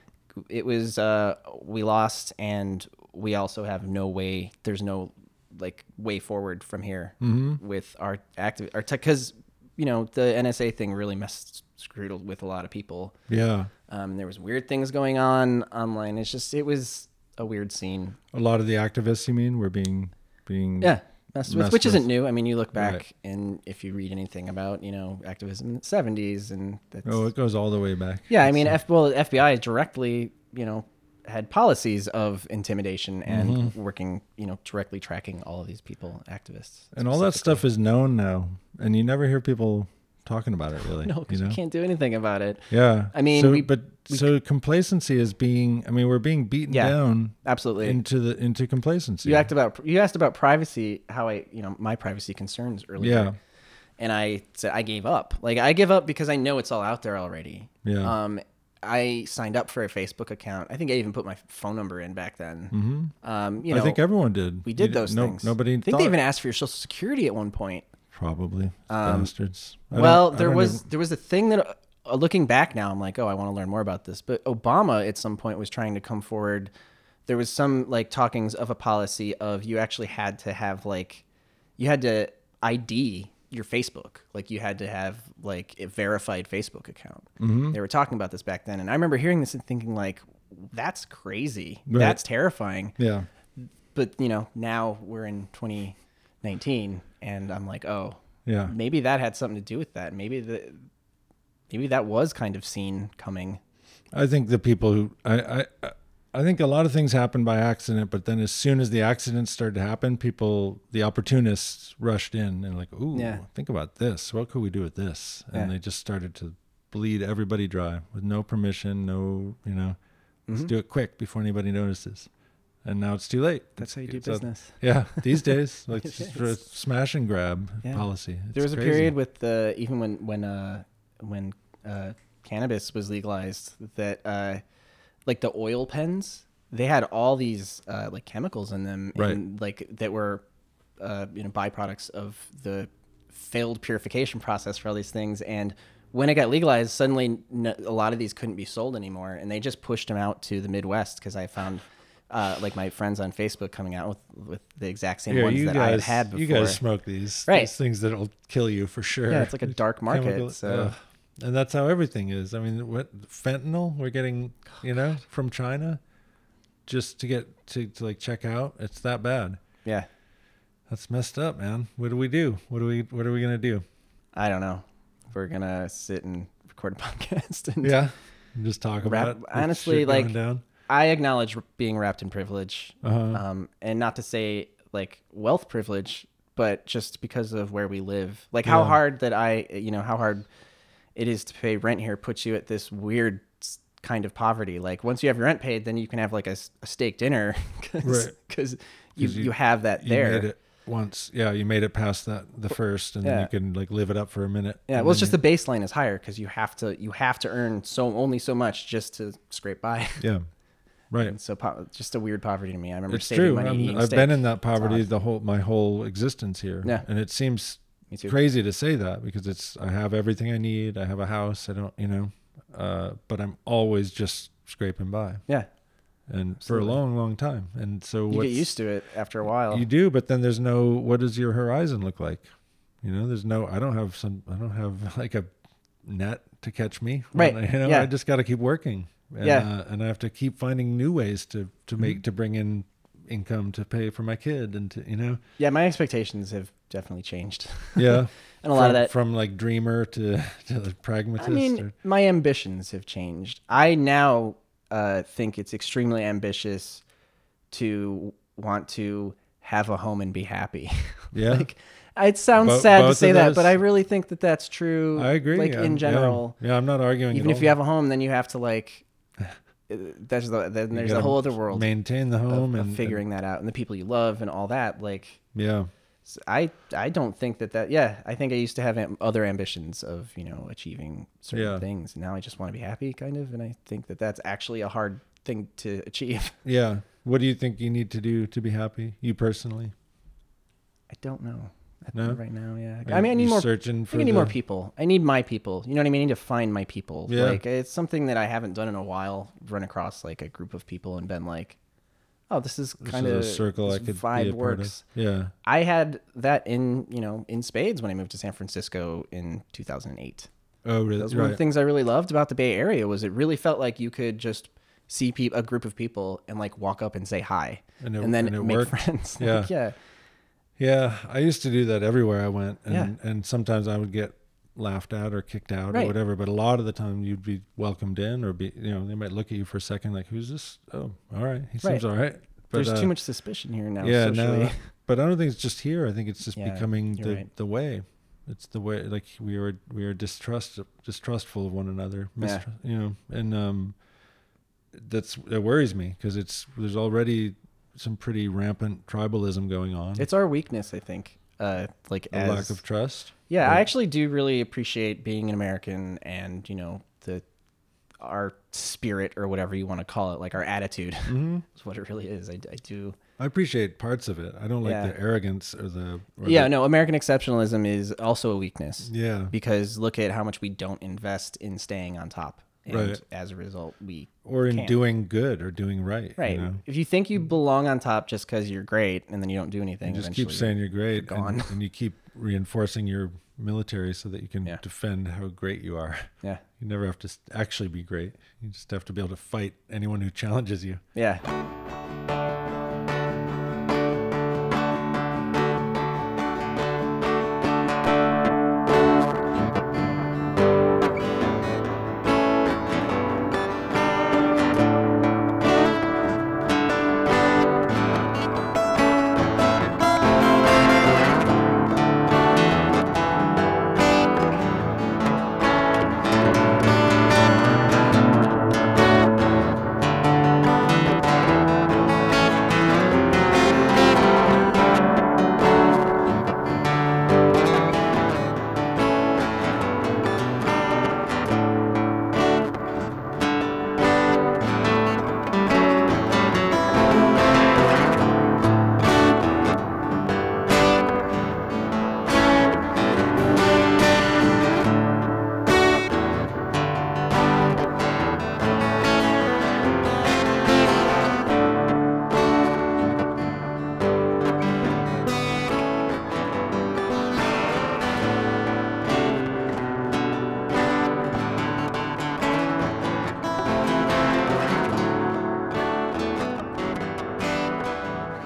Speaker 3: it was uh we lost and we also have no way there's no like way forward from here
Speaker 1: Mm-hmm.
Speaker 3: with our active our tech because you know the nsa thing really messed screwed with a lot of people
Speaker 1: Yeah.
Speaker 3: um there was weird things going on online it's just it was a weird scene
Speaker 1: A lot of the activists, you mean, were being being
Speaker 3: yeah messed with
Speaker 1: Messed
Speaker 3: which
Speaker 1: with.
Speaker 3: isn't new i mean you look back
Speaker 1: Right.
Speaker 3: and if you read anything about you know activism in the 70s and that's
Speaker 1: Oh, it goes all the way back.
Speaker 3: Yeah, I mean, F- well, the FBI directly, you know, had policies of intimidation and
Speaker 1: Mm-hmm.
Speaker 3: working, you know, directly tracking all of these people, activists.
Speaker 1: and all that stuff is known now, and you never hear people talking about it really.
Speaker 3: <laughs> <laughs> No,
Speaker 1: you
Speaker 3: because
Speaker 1: know?
Speaker 3: we can't do anything about it.
Speaker 1: Yeah.
Speaker 3: I mean,
Speaker 1: so,
Speaker 3: we-
Speaker 1: but so complacency is being. I mean, we're being beaten
Speaker 3: Yeah.
Speaker 1: down
Speaker 3: Absolutely.
Speaker 1: into the into complacency.
Speaker 3: you asked about you asked about privacy, how I, you know, my privacy concerns earlier.
Speaker 1: Yeah.
Speaker 3: And I said I gave up. Like I give up because I know it's all out there already.
Speaker 1: Yeah.
Speaker 3: Um, I signed up for a Facebook account. I think I even put my phone number in back then. Mm-hmm. Um, you know,
Speaker 1: I think everyone did.
Speaker 3: we
Speaker 1: You
Speaker 3: did
Speaker 1: didn't-
Speaker 3: those
Speaker 1: no-
Speaker 3: things.
Speaker 1: Nobody.
Speaker 3: I think
Speaker 1: thought,
Speaker 3: they even asked for your social security at one point.
Speaker 1: probably bastards. I don't-
Speaker 3: Um, Well,
Speaker 1: I
Speaker 3: there
Speaker 1: don't
Speaker 3: was
Speaker 1: even-
Speaker 3: there was a thing that uh, looking back now, I'm like, oh, I want to learn more about this. But Obama at some point was trying to come forward. There was some like talkings of a policy of you actually had to have like you had to ID your Facebook, like you had to have like a verified Facebook account.
Speaker 1: Mm-hmm.
Speaker 3: They were talking about this back then, and I remember hearing this and thinking like, that's crazy. That's terrifying
Speaker 1: yeah.
Speaker 3: but you know now we're in 2019 and i'm like oh
Speaker 1: Yeah.
Speaker 3: maybe that had something to do with that maybe the maybe that was kind of seen coming
Speaker 1: I think the people who I, I I- I think a lot of things happen by accident, but then as soon as the accidents started to happen, people the opportunists rushed in and like, ooh,
Speaker 3: Yeah.
Speaker 1: think about this. What could we do with this? And
Speaker 3: Yeah.
Speaker 1: they just started to bleed everybody dry with no permission, no you know,
Speaker 3: Mm-hmm.
Speaker 1: let's do it quick before anybody notices. And now it's too late.
Speaker 3: that's how you do
Speaker 1: It's a-
Speaker 3: business
Speaker 1: yeah, these days,
Speaker 3: <laughs>
Speaker 1: like it's just a smash and grab
Speaker 3: Yeah.
Speaker 1: policy.
Speaker 3: there was
Speaker 1: It's
Speaker 3: a
Speaker 1: crazy.
Speaker 3: period with the even when when uh when uh cannabis was legalized that uh like the oil pens they had all these uh like chemicals in them
Speaker 1: Right.
Speaker 3: and like that were uh you know byproducts of the failed purification process for all these things and when it got legalized suddenly n- a lot of these couldn't be sold anymore and they just pushed them out to the midwest because i found uh, like my friends on facebook coming out with, with the exact same
Speaker 1: Here,
Speaker 3: ones
Speaker 1: you
Speaker 3: that i had
Speaker 1: guys,
Speaker 3: had before
Speaker 1: you guys smoke these,
Speaker 3: Right.
Speaker 1: these things that'll kill you for sure.
Speaker 3: yeah it's like a dark
Speaker 1: <laughs>
Speaker 3: market
Speaker 1: chemical-
Speaker 3: so
Speaker 1: Ugh. and that's how everything is. I mean, what fentanyl we're getting,
Speaker 3: Oh,
Speaker 1: you know, from China, just to get to, to like check out. It's that bad.
Speaker 3: Yeah,
Speaker 1: That's messed up, man. What do we do? What do we What are we gonna
Speaker 3: <laughs>
Speaker 1: do?
Speaker 3: I don't know. We're gonna sit and record a <laughs> podcast. And
Speaker 1: Yeah, just talk
Speaker 3: Rap-
Speaker 1: about it. with
Speaker 3: honestly,
Speaker 1: shit going
Speaker 3: like-
Speaker 1: down.
Speaker 3: I acknowledge being wrapped in privilege,
Speaker 1: Uh-huh.
Speaker 3: um, and not to say like wealth privilege, but just because of where we live, like how
Speaker 1: Yeah.
Speaker 3: hard that I, you know, how hard it is to pay rent here puts you at this weird s- kind of poverty. Like once you have your rent paid, then you can have like a, s- a steak dinner <laughs> because
Speaker 1: Right.
Speaker 3: you,
Speaker 1: 'Cause you-
Speaker 3: you have that
Speaker 1: You
Speaker 3: there.
Speaker 1: made it once. Yeah, you made it past that the first, and then
Speaker 3: Yeah.
Speaker 1: you can like live it up for a minute.
Speaker 3: Yeah,
Speaker 1: and
Speaker 3: well, it's
Speaker 1: then
Speaker 3: just the baseline is higher because you have to you have to earn so only so much just to scrape by.
Speaker 1: you- yeah, right.
Speaker 3: And so po- just a weird poverty to me. I remember
Speaker 1: It's
Speaker 3: saving
Speaker 1: true.
Speaker 3: money.
Speaker 1: I'm-
Speaker 3: eating
Speaker 1: I've
Speaker 3: steak.
Speaker 1: been in that poverty the whole my whole existence here.
Speaker 3: Yeah.
Speaker 1: And it seems
Speaker 3: Me too.
Speaker 1: crazy to say that because it's I have everything I need. I have a house. I don't, you know, uh, but I'm always just scraping by,
Speaker 3: yeah,
Speaker 1: and for a long, long time. And so
Speaker 3: you
Speaker 1: what
Speaker 3: get used to it after a while.
Speaker 1: you do, but then there's no. What does your horizon look like? You know, there's no. I don't <laughs> have some. I don't have like a net to catch me.
Speaker 3: Right,
Speaker 1: You know,
Speaker 3: yeah.
Speaker 1: I just got to keep working. and,
Speaker 3: Yeah. Mm-hmm.
Speaker 1: uh, and I have to keep finding new ways to to make to bring in income to pay for my kid and to you
Speaker 3: <laughs>
Speaker 1: know
Speaker 3: Yeah, my expectations have definitely changed, <laughs>
Speaker 1: yeah
Speaker 3: and a lot
Speaker 1: from,
Speaker 3: of that.
Speaker 1: from like dreamer to, <laughs> to pragmatist
Speaker 3: I mean,
Speaker 1: or-
Speaker 3: my ambitions have changed. I now uh, think it's extremely ambitious to want to have a home and be happy. <laughs>
Speaker 1: yeah
Speaker 3: like, it sounds
Speaker 1: Bo-
Speaker 3: sad to
Speaker 1: both
Speaker 3: say
Speaker 1: of
Speaker 3: that,
Speaker 1: those-
Speaker 3: but I really think that that's true.
Speaker 1: I agree
Speaker 3: Like
Speaker 1: yeah,
Speaker 3: in general,
Speaker 1: yeah, Yeah, I'm not arguing
Speaker 3: even
Speaker 1: at
Speaker 3: if you
Speaker 1: all.
Speaker 3: have a home, then you have
Speaker 1: <laughs>
Speaker 3: to like. uh, There's the then there's a
Speaker 1: gotta
Speaker 3: whole other world
Speaker 1: maintain the
Speaker 3: of,
Speaker 1: home
Speaker 3: of
Speaker 1: and and-
Speaker 3: figuring that out, and the people you love and all that. Like,
Speaker 1: yeah
Speaker 3: s- I I don't think that that yeah. I think I used to have am- other ambitions of you know achieving certain
Speaker 1: Yeah.
Speaker 3: things. Now I just want to be happy, kind of, and I think that that's actually a hard thing to achieve. <laughs>
Speaker 1: yeah what do you think you need to do to be happy you personally
Speaker 3: I don't know. I think
Speaker 1: No?
Speaker 3: right now, yeah.
Speaker 1: Are
Speaker 3: I mean, I need
Speaker 1: you
Speaker 3: more
Speaker 1: searching
Speaker 3: I
Speaker 1: for
Speaker 3: think I need more
Speaker 1: the-
Speaker 3: people. I need my people. You know what I mean? I need to find my people.
Speaker 1: Yeah.
Speaker 3: Like it's something that I haven't done in a while. Run across like a group of people and been like, "Oh, this is
Speaker 1: this
Speaker 3: kind
Speaker 1: is
Speaker 3: of
Speaker 1: a circle I could be a
Speaker 3: vibe
Speaker 1: part of.
Speaker 3: works."
Speaker 1: yeah
Speaker 3: I had that in you know in spades when I moved to San Francisco in 2008.
Speaker 1: oh really
Speaker 3: That was one of the
Speaker 1: right.
Speaker 3: things I really loved about the Bay Area was it really felt like you could just see peop a group of people and like walk up and say hi
Speaker 1: And
Speaker 3: and,
Speaker 1: it-
Speaker 3: then
Speaker 1: and it
Speaker 3: make
Speaker 1: worked.
Speaker 3: friends. <laughs>
Speaker 1: Yeah.
Speaker 3: Like, yeah.
Speaker 1: Yeah, I used to do that everywhere I went, and
Speaker 3: Yeah.
Speaker 1: and sometimes I would get laughed at or kicked out or
Speaker 3: Right.
Speaker 1: whatever. But a lot of the time, you'd be welcomed in, or be you know they might look at you for a second like, "Who's this? Oh, all right, he seems
Speaker 3: Right.
Speaker 1: all right." But,
Speaker 3: There's
Speaker 1: uh,
Speaker 3: too much suspicion here now.
Speaker 1: Yeah,
Speaker 3: socially. <laughs>
Speaker 1: no, but I don't think it's just here. I think it's just
Speaker 3: Yeah,
Speaker 1: becoming
Speaker 3: you're
Speaker 1: the
Speaker 3: right.
Speaker 1: the way. It's the way like we are we are distrust distrustful of one another,
Speaker 3: Yeah.
Speaker 1: mistr- you know, and um, that's that worries me because it's there's already some pretty rampant tribalism going on.
Speaker 3: It's our weakness, I think. Uh, like
Speaker 1: a
Speaker 3: as,
Speaker 1: lack of trust.
Speaker 3: yeah,
Speaker 1: Right.
Speaker 3: I actually do really appreciate being an American and you know the our spirit or whatever you want to call it, like our attitude
Speaker 1: Mm-hmm.
Speaker 3: <laughs> is what it really is. I, I do.
Speaker 1: I appreciate parts of it. I don't like
Speaker 3: Yeah.
Speaker 1: the arrogance or the or
Speaker 3: yeah,
Speaker 1: the-
Speaker 3: no, American exceptionalism is also a weakness
Speaker 1: yeah
Speaker 3: because look at how much we don't invest in staying on top, and
Speaker 1: Right.
Speaker 3: as a result, we
Speaker 1: or in
Speaker 3: can't.
Speaker 1: doing good or doing right. you
Speaker 3: right.
Speaker 1: know?
Speaker 3: If you think you belong on top just because you're great and then you don't do anything,
Speaker 1: You just
Speaker 3: eventually
Speaker 1: keep saying you're great,
Speaker 3: you're
Speaker 1: and,
Speaker 3: gone.
Speaker 1: and you keep reinforcing your military so that you can
Speaker 3: Yeah.
Speaker 1: defend how great you are. <laughs>
Speaker 3: yeah,
Speaker 1: You never have to s- actually be great. You just have to be able to fight anyone who <laughs> challenges you.
Speaker 3: yeah,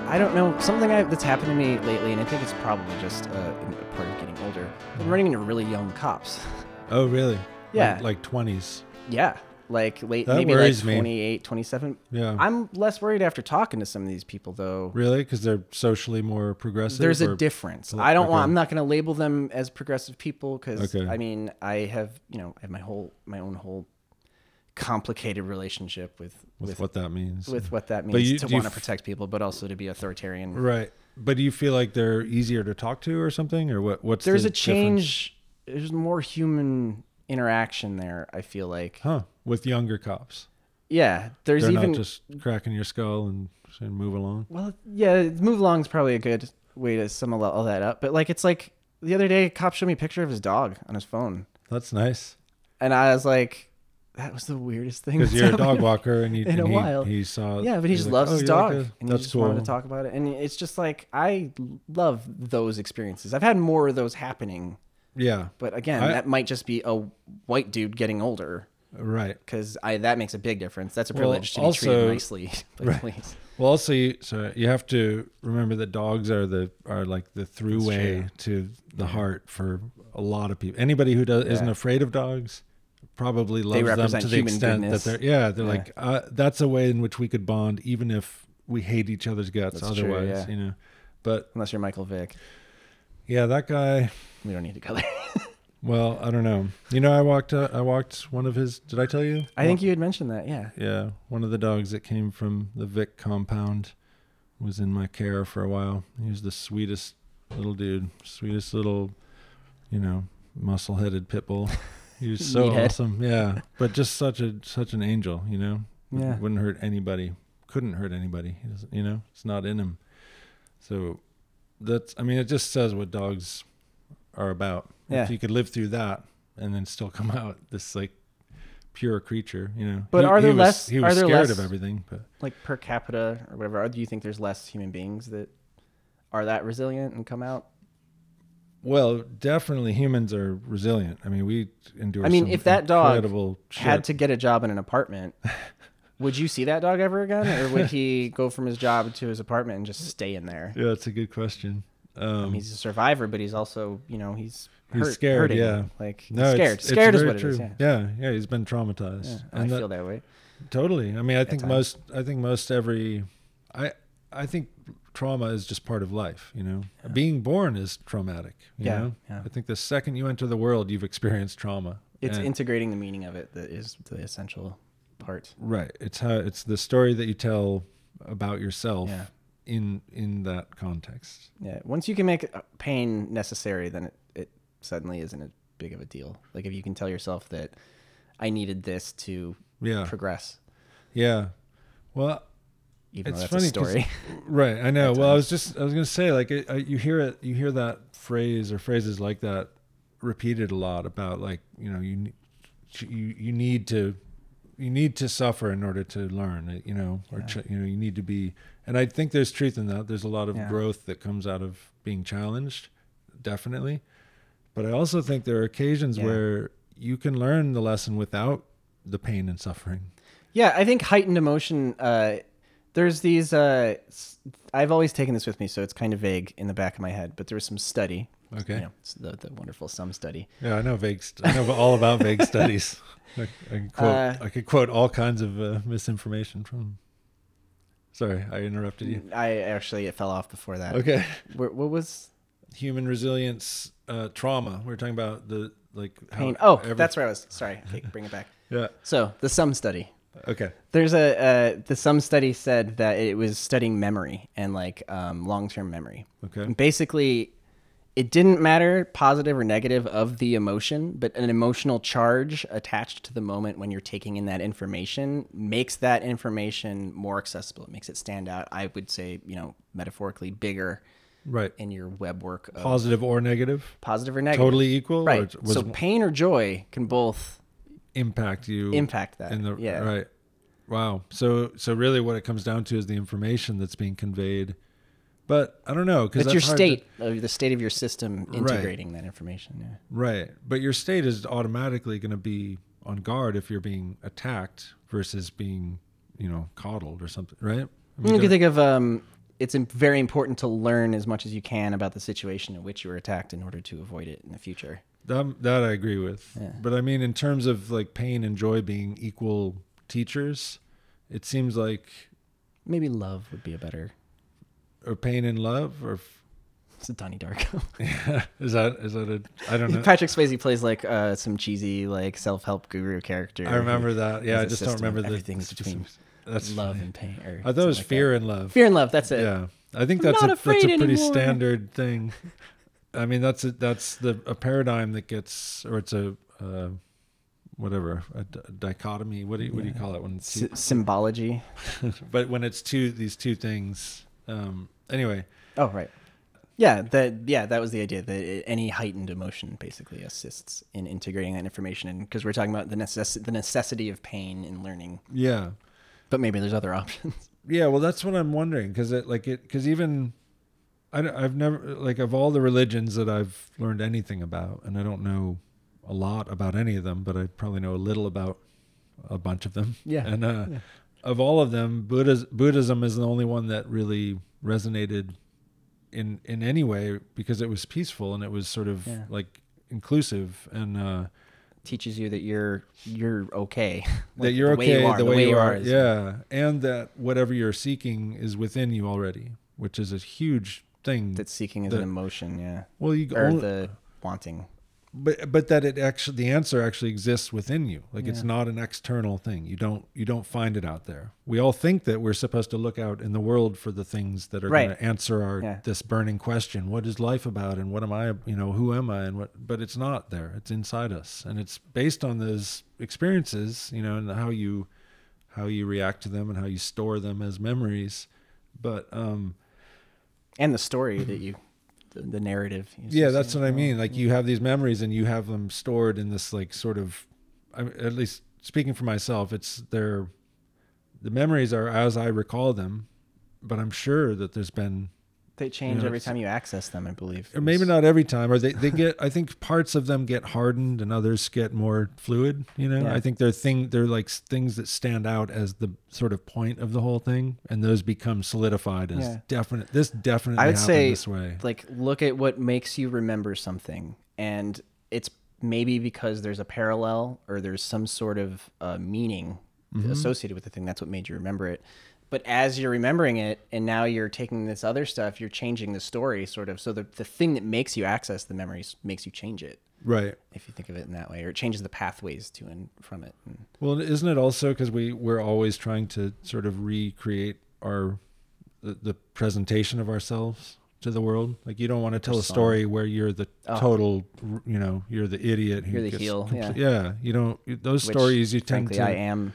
Speaker 3: I don't know something I, that's happened to me lately, and I think it's probably just uh, a part of getting older. I'm running into really young cops. <laughs>
Speaker 1: Oh, really?
Speaker 3: Yeah.
Speaker 1: Like, like 20s.
Speaker 3: yeah, like late,
Speaker 1: That
Speaker 3: maybe like
Speaker 1: worries me.
Speaker 3: 28, 27.
Speaker 1: Yeah.
Speaker 3: I'm less worried after talking to some of these people though.
Speaker 1: Really? Because they're socially more progressive.
Speaker 3: There's
Speaker 1: or-
Speaker 3: a difference. I don't
Speaker 1: okay.
Speaker 3: want. I'm not going to label them as progressive people because
Speaker 1: Okay.
Speaker 3: I mean I have you know I have my whole my own whole complicated relationship with
Speaker 1: with,
Speaker 3: with with,
Speaker 1: what that means.
Speaker 3: what that means
Speaker 1: you-
Speaker 3: to
Speaker 1: do you
Speaker 3: want to
Speaker 1: f-
Speaker 3: protect people, but also to be authoritarian.
Speaker 1: Right. But do you feel like they're easier to talk to or something? Or what? what's
Speaker 3: There's
Speaker 1: the
Speaker 3: a change. There's more human interaction there. I feel like.
Speaker 1: difference? Huh. With younger cops.
Speaker 3: Yeah, there's
Speaker 1: They're
Speaker 3: even
Speaker 1: not just cracking your skull and, and move along.
Speaker 3: well, yeah. Move along is probably a good way to sum all- all that up. But like, it's like the other day, a cop showed me a picture of his dog on his phone,
Speaker 1: That's nice.
Speaker 3: and I was like, "That was the weirdest thing." <laughs>
Speaker 1: Because
Speaker 3: that's
Speaker 1: you're a
Speaker 3: happened.
Speaker 1: dog walker and, you, and
Speaker 3: in a
Speaker 1: he,
Speaker 3: while.
Speaker 1: he saw.
Speaker 3: Yeah, but he
Speaker 1: he's
Speaker 3: just
Speaker 1: like,
Speaker 3: loves
Speaker 1: "Oh,
Speaker 3: his
Speaker 1: you like
Speaker 3: dog,
Speaker 1: this?
Speaker 3: and he
Speaker 1: That's
Speaker 3: just
Speaker 1: cool.
Speaker 3: wanted to talk about it. And it's just like I love those experiences. I've had more of those happening,
Speaker 1: Yeah.
Speaker 3: but again,
Speaker 1: I-
Speaker 3: that might just be a white dude getting older.
Speaker 1: Right.
Speaker 3: because I that makes a big difference. That's a
Speaker 1: Well,
Speaker 3: privilege to be
Speaker 1: also-
Speaker 3: treated nicely <laughs> by
Speaker 1: Right.
Speaker 3: police.
Speaker 1: Well, also, you, so you have to remember that dogs are the are like the
Speaker 3: true.
Speaker 1: throughway to the heart for a lot of people. Anybody who does, isn't
Speaker 3: Yeah.
Speaker 1: afraid of dogs probably loves them
Speaker 3: represent
Speaker 1: to the
Speaker 3: human
Speaker 1: extent
Speaker 3: goodness.
Speaker 1: that they're yeah they're
Speaker 3: Yeah.
Speaker 1: like uh, that's a way in which we could bond even if we hate each other's guts
Speaker 3: That's true,
Speaker 1: otherwise
Speaker 3: yeah.
Speaker 1: you know but
Speaker 3: Unless you're Michael Vick,
Speaker 1: yeah that guy
Speaker 3: we don't need to go there.
Speaker 1: well I don't know you know I walked uh, I walked one of his did I tell you
Speaker 3: I think you had mentioned that. Yeah.
Speaker 1: Yeah, one of the dogs that came from the Vic compound was in my care for a while. He was the sweetest little dude, sweetest little, you know, muscle-headed pit
Speaker 3: <laughs>
Speaker 1: bull. He was so
Speaker 3: Meathead.
Speaker 1: awesome. Yeah, but just such a such an angel, you know.
Speaker 3: Yeah.
Speaker 1: Wouldn't hurt anybody. Couldn't hurt anybody. He doesn't, you know, it's not in him. So that's I mean, it just says what dogs are about.
Speaker 3: Yeah.
Speaker 1: If you could live through that and then still come <laughs> out this like pure creature, you know.
Speaker 3: But
Speaker 1: He-
Speaker 3: are there
Speaker 1: he was,
Speaker 3: less-
Speaker 1: he was
Speaker 3: are there
Speaker 1: scared
Speaker 3: less-
Speaker 1: of everything, but
Speaker 3: Like per capita or whatever. Do you think there's less human beings that are that resilient and come out?
Speaker 1: well, definitely humans are resilient. I mean, we endure
Speaker 3: I mean,
Speaker 1: some
Speaker 3: if that dog
Speaker 1: incredible shit.
Speaker 3: Had to get a job in an apartment.
Speaker 1: <laughs>
Speaker 3: would you see that dog ever again, or would he <laughs> go from his job to his apartment and just stay in there?
Speaker 1: Yeah, that's a good question. Um,
Speaker 3: He's a survivor, but he's also, you know, he's
Speaker 1: He's
Speaker 3: hurt-
Speaker 1: scared,
Speaker 3: hurting.
Speaker 1: yeah.
Speaker 3: Like
Speaker 1: no,
Speaker 3: scared.
Speaker 1: it's- it's
Speaker 3: scared is
Speaker 1: very
Speaker 3: what it is. Yeah.
Speaker 1: true. Yeah, yeah, he's been
Speaker 3: Yeah,
Speaker 1: traumatized.
Speaker 3: I
Speaker 1: And that-
Speaker 3: feel that way.
Speaker 1: Totally. I mean, I think
Speaker 3: times.
Speaker 1: most. I think most every. I I think trauma is just part of life. You know, being born is traumatic. You
Speaker 3: Yeah,
Speaker 1: Know?
Speaker 3: yeah.
Speaker 1: I think the second you enter the world, you've experienced trauma.
Speaker 3: It's
Speaker 1: And-
Speaker 3: integrating the meaning of it that is the essential part.
Speaker 1: right. It's how it's the story that you tell about yourself
Speaker 3: Yeah.
Speaker 1: in in that context.
Speaker 3: Yeah. Once you can make uh, pain necessary, then it, it suddenly isn't as big of a deal. Like if you can tell yourself that I needed this to
Speaker 1: Yeah.
Speaker 3: progress,
Speaker 1: yeah. Well,
Speaker 3: even
Speaker 1: It's
Speaker 3: though that's a
Speaker 1: funny 'cause-
Speaker 3: story.
Speaker 1: <laughs> Right, I know. Well, I was just I was gonna say like it, I, you hear it, you hear that phrase or phrases like that repeated a lot about like you know you ne- you you need to you need to suffer in order to learn uh, you know or ch- you know you need to be and I think there's truth in that. There's a lot of
Speaker 3: Yeah.
Speaker 1: growth that comes out of being challenged, definitely. But I also think there are occasions
Speaker 3: Yeah.
Speaker 1: where you can learn the lesson without the pain and suffering.
Speaker 3: Yeah, I think heightened emotion. Uh, there's these. Uh, s- I've always taken this with me, so it's kind of vague in the back of my head. But there was some study.
Speaker 1: Okay.
Speaker 3: You know, it's the, the wonderful sum study.
Speaker 1: Yeah, I know vague. St- I know all about
Speaker 3: <laughs>
Speaker 1: vague studies. I, I can quote.
Speaker 3: Uh,
Speaker 1: I could quote all kinds of uh, misinformation from. Sorry, I interrupted you.
Speaker 3: I actually it fell off before that.
Speaker 1: Okay,
Speaker 3: Where, what was
Speaker 1: human resilience uh, trauma. We are talking about the like. how
Speaker 3: pain? Oh,
Speaker 1: every-
Speaker 3: that's where I was.
Speaker 1: <laughs>
Speaker 3: Sorry, okay, bring it back.
Speaker 1: Yeah.
Speaker 3: So the sum study.
Speaker 1: Okay.
Speaker 3: There's a uh, the sum study said that it was studying memory and like um, long term memory.
Speaker 1: Okay.
Speaker 3: And basically, it didn't matter positive or negative of the emotion, but an emotional charge attached to the moment when you're taking in that information makes that information more accessible. It makes it stand out. I would say, you know, metaphorically bigger
Speaker 1: Right.
Speaker 3: in your web work of
Speaker 1: Positive or negative,
Speaker 3: positive or negative.
Speaker 1: totally equal.
Speaker 3: Right.
Speaker 1: Or was
Speaker 3: So pain or joy can both
Speaker 1: impact you
Speaker 3: impact that.
Speaker 1: in the
Speaker 3: yeah.
Speaker 1: right. Wow. So so really, what it comes down to is the information that's being conveyed. But I don't know because
Speaker 3: It's your state, of the state of your system integrating that information. Yeah.
Speaker 1: Right. But your state is automatically going to be on guard if you're being attacked versus being, you know, coddled or something, right? I mean,
Speaker 3: You can
Speaker 1: don't-
Speaker 3: think of um, it's im- very important to learn as much as you can about the situation in which you were attacked in order to avoid it in the future.
Speaker 1: that, that I agree with. But I mean, in terms of like pain and joy being equal teachers, it seems like,
Speaker 3: Maybe love would be a better. <laughs>
Speaker 1: or pain and love, or f-
Speaker 3: It's a Donnie Darko. <laughs>
Speaker 1: is that, is that a, I don't know.
Speaker 3: Patrick Swayze plays like uh, some cheesy like self help guru character.
Speaker 1: I remember that. Yeah,
Speaker 3: As
Speaker 1: I
Speaker 3: a
Speaker 1: just don't
Speaker 3: system,
Speaker 1: remember the
Speaker 3: everything's between
Speaker 1: <laughs> That's,
Speaker 3: love and pain. Or
Speaker 1: I thought it was
Speaker 3: something
Speaker 1: fear
Speaker 3: like
Speaker 1: and love.
Speaker 3: that. fear and love. That's it.
Speaker 1: Yeah, I think
Speaker 3: I'm
Speaker 1: that's
Speaker 3: not
Speaker 1: a, that's a pretty
Speaker 3: afraid anymore.
Speaker 1: standard thing. <laughs> I mean, that's a, that's the a paradigm that gets, or it's a uh, whatever a, d- a dichotomy. What do you, what do you call it when? It's,
Speaker 3: S- symbology.
Speaker 1: but when it's two these two things. Um, anyway,
Speaker 3: Oh right. Yeah, that yeah, that was the idea that it, any heightened emotion basically assists in integrating that information, and because we're talking about the necess- the necessity of pain in learning,
Speaker 1: yeah,
Speaker 3: but maybe there's other <laughs> options.
Speaker 1: yeah. Well, that's what I'm wondering because it like it because even. I don't- I've never like of all the religions that I've learned anything about, and I don't know a lot about any of them, but I probably know a little about a bunch of them.
Speaker 3: Yeah.
Speaker 1: And uh,
Speaker 3: Yeah.
Speaker 1: of all of them, Buddha's, Buddhism is the only one that really resonated in in any way because it was peaceful and it was sort of
Speaker 3: Yeah.
Speaker 1: like inclusive and uh,
Speaker 3: Teaches you that you're you're okay. <laughs>
Speaker 1: that
Speaker 3: Like,
Speaker 1: you're
Speaker 3: the way
Speaker 1: okay
Speaker 3: you are,
Speaker 1: the way you are.
Speaker 3: is-
Speaker 1: yeah, and that whatever you're seeking is within you already, which is a huge thing.
Speaker 3: That seeking is
Speaker 1: The-
Speaker 3: an emotion. Yeah.
Speaker 1: well, you
Speaker 3: Or
Speaker 1: only-
Speaker 3: the wanting.
Speaker 1: but but that it actually the answer actually exists within you like it's
Speaker 3: Yeah.
Speaker 1: not an external thing you don't you don't find it out there we all think that we're supposed to look out in the world for the things that are
Speaker 3: Right.
Speaker 1: going to answer our
Speaker 3: Yeah.
Speaker 1: this burning question what is life about and what am i you know who am i and what but it's not there it's inside us and it's based on those experiences you know and how you how you react to them and how you store them as memories but um
Speaker 3: and the story that you the, the narrative you
Speaker 1: yeah
Speaker 3: see
Speaker 1: that's
Speaker 3: as
Speaker 1: what i
Speaker 3: well.
Speaker 1: mean like you have these memories and you have them stored in this like sort of I, at least speaking for myself it's they're the memories are as i recall them but i'm sure that there's been
Speaker 3: they change
Speaker 1: Yeah,
Speaker 3: every
Speaker 1: it's-
Speaker 3: time you access them i believe
Speaker 1: or maybe
Speaker 3: It's-
Speaker 1: not every time or they,
Speaker 3: <laughs>
Speaker 1: they get i think parts of them get hardened and others get more fluid you know
Speaker 3: Yeah.
Speaker 1: i think they're thing they're like s- things that stand out as the sort of point of the whole thing and those become solidified as
Speaker 3: Yeah.
Speaker 1: definite this definitely
Speaker 3: I would
Speaker 1: happened
Speaker 3: say,
Speaker 1: this way
Speaker 3: like look at what makes you remember something and it's maybe because there's a parallel or there's some sort of uh, meaning
Speaker 1: Mm-hmm.
Speaker 3: associated with the thing that's what made you remember it but as you're remembering it and now you're taking this other stuff you're changing the story sort of so the, the thing that makes you access the memories makes you change it
Speaker 1: right
Speaker 3: if you think of it in that way or it changes the pathways to and from it and
Speaker 1: Well, isn't it also because we we're always trying to sort of recreate our the, the presentation of ourselves to the world? Like you don't want to tell a story where you're the
Speaker 3: Oh.
Speaker 1: total, r- you know, you're the idiot. who
Speaker 3: You're the
Speaker 1: gets
Speaker 3: heel, yeah.
Speaker 1: yeah. You don't. you- Those
Speaker 3: which,
Speaker 1: stories you tend
Speaker 3: frankly,
Speaker 1: to.
Speaker 3: i am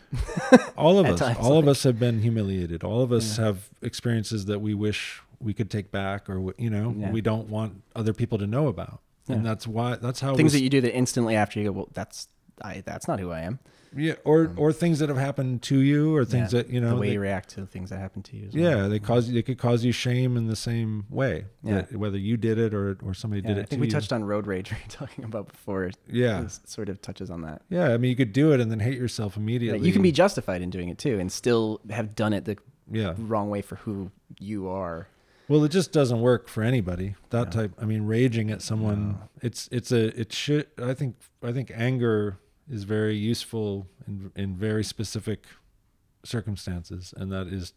Speaker 1: All of
Speaker 3: at
Speaker 1: us.
Speaker 3: times,
Speaker 1: all of us have been humiliated. All of us have experiences that we wish we could take back, or we- you know,
Speaker 3: Yeah.
Speaker 1: we don't want other people to know about. And that's why. That's how
Speaker 3: things
Speaker 1: we
Speaker 3: that you do that instantly after you go, well, that's I that's not who I am.
Speaker 1: Yeah, or or things that have happened to you, or things that you know
Speaker 3: the way
Speaker 1: that-
Speaker 3: you react to the things that happen to you. as well.
Speaker 1: Yeah, they cause they could cause you shame in the same way.
Speaker 3: Yeah.
Speaker 1: that- whether you did it or or somebody
Speaker 3: Yeah,
Speaker 1: did it.
Speaker 3: I
Speaker 1: to
Speaker 3: think we
Speaker 1: you.
Speaker 3: touched on road rage <laughs> we were talking about before. It
Speaker 1: Yeah,
Speaker 3: s- sort of touches on that.
Speaker 1: yeah. I mean, you could do it and then hate yourself
Speaker 3: Yeah,
Speaker 1: immediately.
Speaker 3: you can be justified in doing it too, and still have done it the
Speaker 1: Yeah.
Speaker 3: wrong way for who you are.
Speaker 1: Well, it just doesn't work for anybody. That type. I mean, raging at someone. It's it's a it should. I think I think anger is very useful in in very specific circumstances, and that is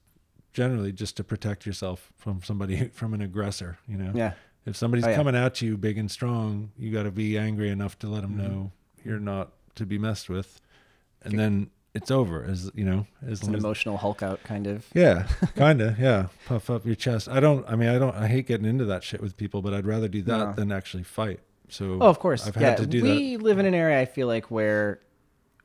Speaker 1: generally just to protect yourself from somebody <laughs> from an aggressor. You know.
Speaker 3: Yeah,
Speaker 1: If somebody's
Speaker 3: Oh, yeah.
Speaker 1: coming at you big and strong, you got to be angry enough to let
Speaker 3: Mm-hmm.
Speaker 1: them know you're not to be messed with, and then it's over. As you know, as
Speaker 3: it's an
Speaker 1: long as
Speaker 3: emotional Hulk out kind of.
Speaker 1: <laughs>
Speaker 3: <laughs>
Speaker 1: yeah, kinda yeah, puff up your chest. I don't. I mean, I don't. I hate getting into that shit with people, but I'd rather do that
Speaker 3: No.
Speaker 1: than actually fight. So
Speaker 3: Oh, of course.
Speaker 1: I've
Speaker 3: yeah,
Speaker 1: had to do that.
Speaker 3: we live in an area I feel like where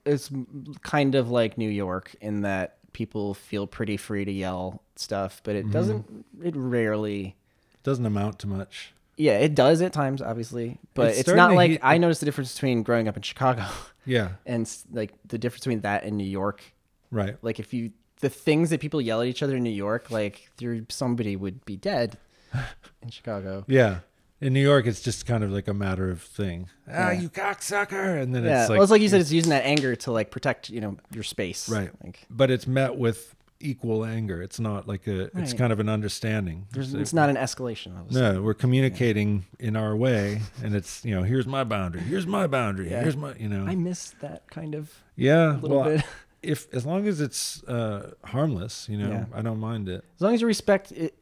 Speaker 3: it's m- kind of like New York in that people feel pretty free to yell stuff, but it
Speaker 1: Mm-hmm.
Speaker 3: doesn't. It rarely.
Speaker 1: Doesn't amount to much.
Speaker 3: Yeah, it does at times, obviously, but
Speaker 1: It's
Speaker 3: it's,
Speaker 1: starting
Speaker 3: not
Speaker 1: to
Speaker 3: like
Speaker 1: heat-
Speaker 3: I noticed the difference between growing up in Chicago
Speaker 1: Yeah,
Speaker 3: and s- like the difference between that and New York.
Speaker 1: right.
Speaker 3: Like if you the things that people yell at each other in New York, like there somebody would be dead
Speaker 1: <laughs>
Speaker 3: in Chicago.
Speaker 1: Yeah. In New York, it's just kind of like a matter of thing. Ah,
Speaker 3: Yeah.
Speaker 1: you cocksucker, and then
Speaker 3: yeah,
Speaker 1: it's like
Speaker 3: well, it's like you said, it's using that anger to like protect you know your space,
Speaker 1: Right.
Speaker 3: Like
Speaker 1: but it's met with equal anger. It's not like a. It's
Speaker 3: Right.
Speaker 1: kind of an understanding. There's
Speaker 3: it's not an escalation. I was
Speaker 1: No, we're communicating in our way, and it's you know, here's my boundary, here's my boundary,
Speaker 3: Yeah.
Speaker 1: here's my you know,
Speaker 3: I miss that kind of
Speaker 1: yeah.
Speaker 3: little
Speaker 1: Well,
Speaker 3: bit.
Speaker 1: if as long as it's uh, harmless, you know,
Speaker 3: Yeah.
Speaker 1: I don't mind it.
Speaker 3: as long as you respect it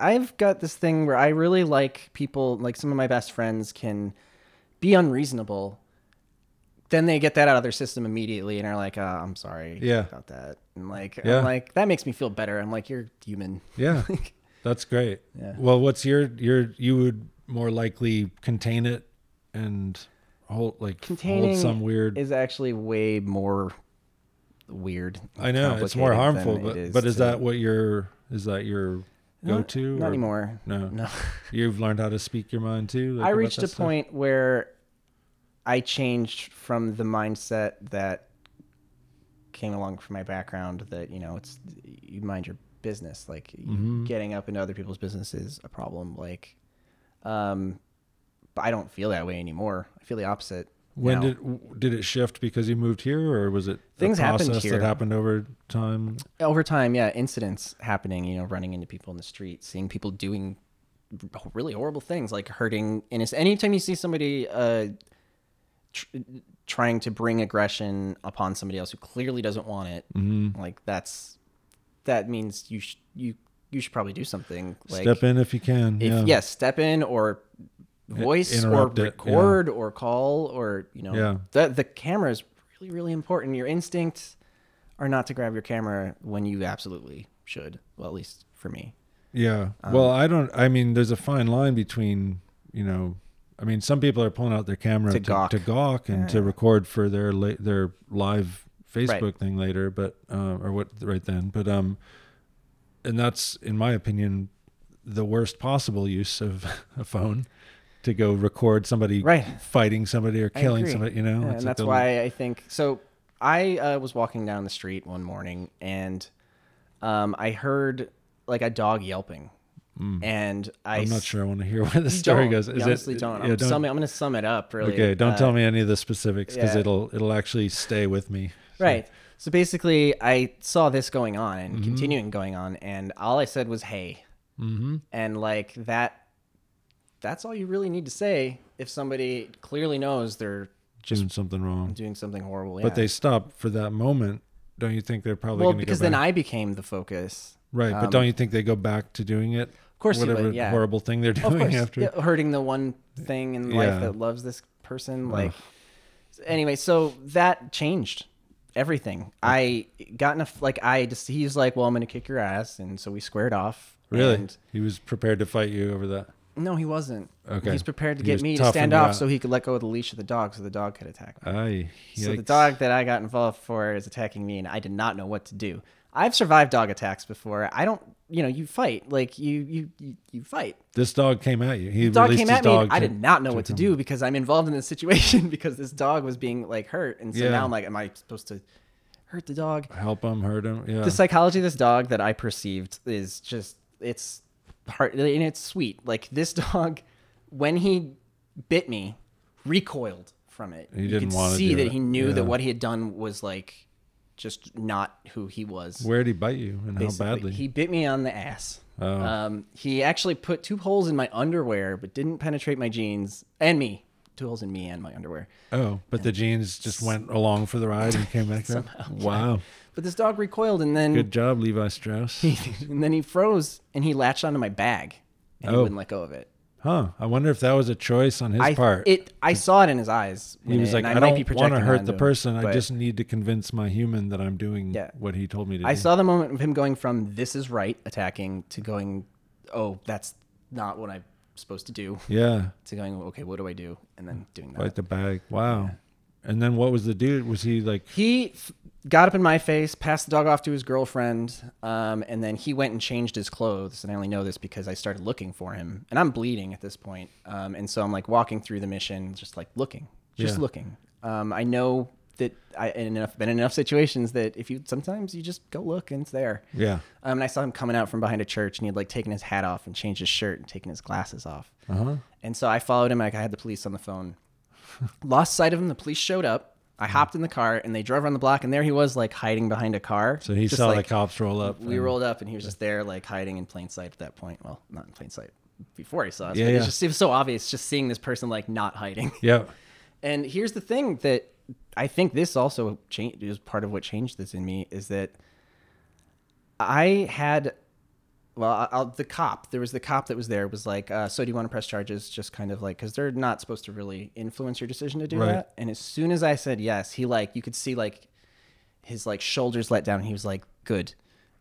Speaker 3: i've got this thing where i really like people like some of my best friends can be unreasonable then they get that out of their system immediately and are like oh, i'm sorry
Speaker 1: Yeah.
Speaker 3: about that and like
Speaker 1: Yeah.
Speaker 3: i'm like that makes me feel better i'm like you're human <laughs>
Speaker 1: Yeah,
Speaker 3: Like,
Speaker 1: that's great.
Speaker 3: Yeah.
Speaker 1: Well, what's your your you would more likely contain it and hold like
Speaker 3: containing
Speaker 1: hold some weird.
Speaker 3: is actually way more weird
Speaker 1: I know it's more
Speaker 3: complicated
Speaker 1: harmful,
Speaker 3: than
Speaker 1: but
Speaker 3: it is
Speaker 1: but is
Speaker 3: to-
Speaker 1: that what your is that your go
Speaker 3: Not-
Speaker 1: to?
Speaker 3: not anymore
Speaker 1: No.
Speaker 3: no
Speaker 1: You've learned how to speak your mind too. like,
Speaker 3: I
Speaker 1: about
Speaker 3: reached
Speaker 1: that
Speaker 3: a
Speaker 1: stuff?
Speaker 3: point where I changed from the mindset that came along from my background that you know it's you mind your business like you-
Speaker 1: Mm-hmm.
Speaker 3: getting up into other people's business is a problem like um but I don't feel that way anymore I feel the opposite
Speaker 1: When
Speaker 3: now.
Speaker 1: did w- did it shift because you moved here, or was it a
Speaker 3: Things happened
Speaker 1: process
Speaker 3: here.
Speaker 1: that happened over time?
Speaker 3: over time, yeah, incidents happening, you know, running into people in the street, seeing people doing really horrible things like hurting innocent. Anytime you see somebody uh, tr- trying to bring aggression upon somebody else who clearly doesn't want it, like that's that means you sh- you you should probably do something. Like
Speaker 1: Step in if you can.
Speaker 3: if
Speaker 1: yeah.
Speaker 3: yes, step in or voice or
Speaker 1: interrupt it, yeah.
Speaker 3: record or call or you know
Speaker 1: Yeah.
Speaker 3: the the camera is really really important. Your instincts are not to grab your camera when you absolutely should. Well, at least for me.
Speaker 1: Yeah.
Speaker 3: Um,
Speaker 1: well, I don't. I mean, there's a fine line between you know. I mean, some people are pulling out their camera
Speaker 3: To
Speaker 1: to,
Speaker 3: gawk.
Speaker 1: to gawk and to record for their la- their live Facebook thing later, but uh, or what right then. But um, and that's in my opinion the worst possible use of <laughs> a phone to go record somebody
Speaker 3: Right.
Speaker 1: fighting somebody or
Speaker 3: I
Speaker 1: killing
Speaker 3: agree.
Speaker 1: somebody. You know,
Speaker 3: Yeah,
Speaker 1: It's
Speaker 3: and
Speaker 1: like
Speaker 3: that's
Speaker 1: a-
Speaker 3: why I think so. I uh, was walking down the street one morning and um, I heard like a dog yelping, and I
Speaker 1: Hmm. I'm not
Speaker 3: s-
Speaker 1: sure I want to hear <laughs> where the
Speaker 3: you
Speaker 1: story
Speaker 3: don't.
Speaker 1: goes.
Speaker 3: You honestly don't. I'm,
Speaker 1: yeah, don't-
Speaker 3: summing- I'm gonna sum it up really.
Speaker 1: okay, don't
Speaker 3: Uh,
Speaker 1: tell me any of the specifics because
Speaker 3: yeah.
Speaker 1: it'll it'll actually stay with me.
Speaker 3: Right. So basically, I saw this going on and
Speaker 1: Mm-hmm.
Speaker 3: continuing going on, and all I said was "hey," mm-hmm. and like that—that's all you really need to say if somebody clearly knows they're
Speaker 1: just doing something wrong.
Speaker 3: doing something horrible.
Speaker 1: But they stop for that moment. Don't you think they're probably
Speaker 3: well
Speaker 1: going to
Speaker 3: because
Speaker 1: go back?
Speaker 3: then I became
Speaker 1: <laughs>
Speaker 3: the focus.
Speaker 1: right, but don't you think they go back to doing it? Of
Speaker 3: course you
Speaker 1: whatever
Speaker 3: would, yeah.
Speaker 1: horrible thing they're
Speaker 3: Of
Speaker 1: doing
Speaker 3: course,
Speaker 1: after.
Speaker 3: yeah, hurting the one thing in
Speaker 1: Yeah.
Speaker 3: life that loves this person. Like, anyway, so that changed everything. I got in a f- like I just he's like, well, I'm gonna kick your ass, and so we squared off.
Speaker 1: Really,
Speaker 3: and-
Speaker 1: he was prepared to fight you over that.
Speaker 3: No, he wasn't.
Speaker 1: Okay.
Speaker 3: He's prepared to
Speaker 1: He
Speaker 3: get
Speaker 1: was
Speaker 3: me to
Speaker 1: toughing
Speaker 3: stand
Speaker 1: you
Speaker 3: off
Speaker 1: out.
Speaker 3: so he could let go of the leash of the dog so the dog could attack. me.
Speaker 1: Aye,
Speaker 3: So the
Speaker 1: yikes.
Speaker 3: dog that I got involved for is attacking me and I did not know what to do. I've survived dog attacks before. I don't, you know, you fight. Like you you you, you fight.
Speaker 1: This dog came at you. He
Speaker 3: The dog
Speaker 1: released
Speaker 3: came
Speaker 1: his
Speaker 3: at me.
Speaker 1: dog.
Speaker 3: I
Speaker 1: to-
Speaker 3: did not know what to do because I'm involved in this <laughs> situation because this dog was being like hurt and so
Speaker 1: Yeah.
Speaker 3: now I'm like am I supposed to hurt the dog?
Speaker 1: help him, hurt him. Yeah,
Speaker 3: the psychology of this dog that I perceived is just it's heart and it's sweet. Like this <laughs> dog, when he bit me, recoiled from it.
Speaker 1: He
Speaker 3: you
Speaker 1: didn't
Speaker 3: could
Speaker 1: wanna
Speaker 3: see
Speaker 1: do
Speaker 3: that
Speaker 1: it.
Speaker 3: he knew that
Speaker 1: Yeah.
Speaker 3: what he had done was like just not who he was.
Speaker 1: where did he bite you, and
Speaker 3: basically.
Speaker 1: how badly? Oh.
Speaker 3: He bit me on the ass. Um, he actually put two holes in my underwear, but didn't penetrate my jeans and me. Two holes in me and my underwear.
Speaker 1: oh, but the jeans just went along for the ride and came back
Speaker 3: <laughs>
Speaker 1: up. Wow,
Speaker 3: But this dog recoiled and then
Speaker 1: good job, Levi Strauss.
Speaker 3: <laughs> and then he froze and he latched onto my bag and he
Speaker 1: Oh.
Speaker 3: wouldn't let go of it.
Speaker 1: huh? I wonder if that was a choice on his
Speaker 3: I
Speaker 1: part.
Speaker 3: it I saw it in his eyes.
Speaker 1: He
Speaker 3: when
Speaker 1: was
Speaker 3: it-
Speaker 1: like,
Speaker 3: and
Speaker 1: I,
Speaker 3: might be
Speaker 1: don't want to
Speaker 3: projecting
Speaker 1: hurt
Speaker 3: onto
Speaker 1: the
Speaker 3: him,
Speaker 1: person. I
Speaker 3: but
Speaker 1: just need to convince my human that I'm doing
Speaker 3: Yeah.
Speaker 1: what he told me to
Speaker 3: I
Speaker 1: do.
Speaker 3: saw the moment of him going from this is right attacking to going, oh that's not what I'm supposed to do
Speaker 1: yeah,
Speaker 3: to going okay what do I do and then doing that.
Speaker 1: bite the bag. Wow. And then what was the dude? Was he like,
Speaker 3: He f- got up in my face, passed the dog off to his girlfriend, um, and then he went and changed his clothes. And I only know this because I started looking for him, and I'm bleeding at this point. Um, and so I'm like walking through the mission, just like looking, just
Speaker 1: Yeah.
Speaker 3: looking. Um, I know that I in enough been in enough situations that if you sometimes you just go look and it's there.
Speaker 1: yeah,
Speaker 3: Um, and I saw him coming out from behind a church, and he'd like taken his hat off and changed his shirt and taken his glasses off. Uh-huh. And so I followed him. Like I had the police on
Speaker 1: <laughs>
Speaker 3: the phone. Lost sight of him. The police showed up. I
Speaker 1: Mm-hmm.
Speaker 3: hopped in the car, and they drove around the block, and there he was, like hiding behind a car.
Speaker 1: so he
Speaker 3: Just,
Speaker 1: saw
Speaker 3: like,
Speaker 1: the cops roll up.
Speaker 3: We
Speaker 1: and-
Speaker 3: rolled up, and he was just there, like hiding in plain sight at that point. Well, not in plain sight before he saw us.
Speaker 1: Yeah,
Speaker 3: but It was
Speaker 1: yeah.
Speaker 3: just it was so obvious, just seeing this person like not hiding.
Speaker 1: Yeah.
Speaker 3: And here's the thing that I think this also changed is part of what changed this in me is that I had well I- I'll, the cop there was the cop that was there was like uh, so do you want to press charges just kind of like because they're not supposed to really influence your decision to do
Speaker 1: Right.
Speaker 3: that and as soon as i said yes he like you could see like his like shoulders let down and he was like good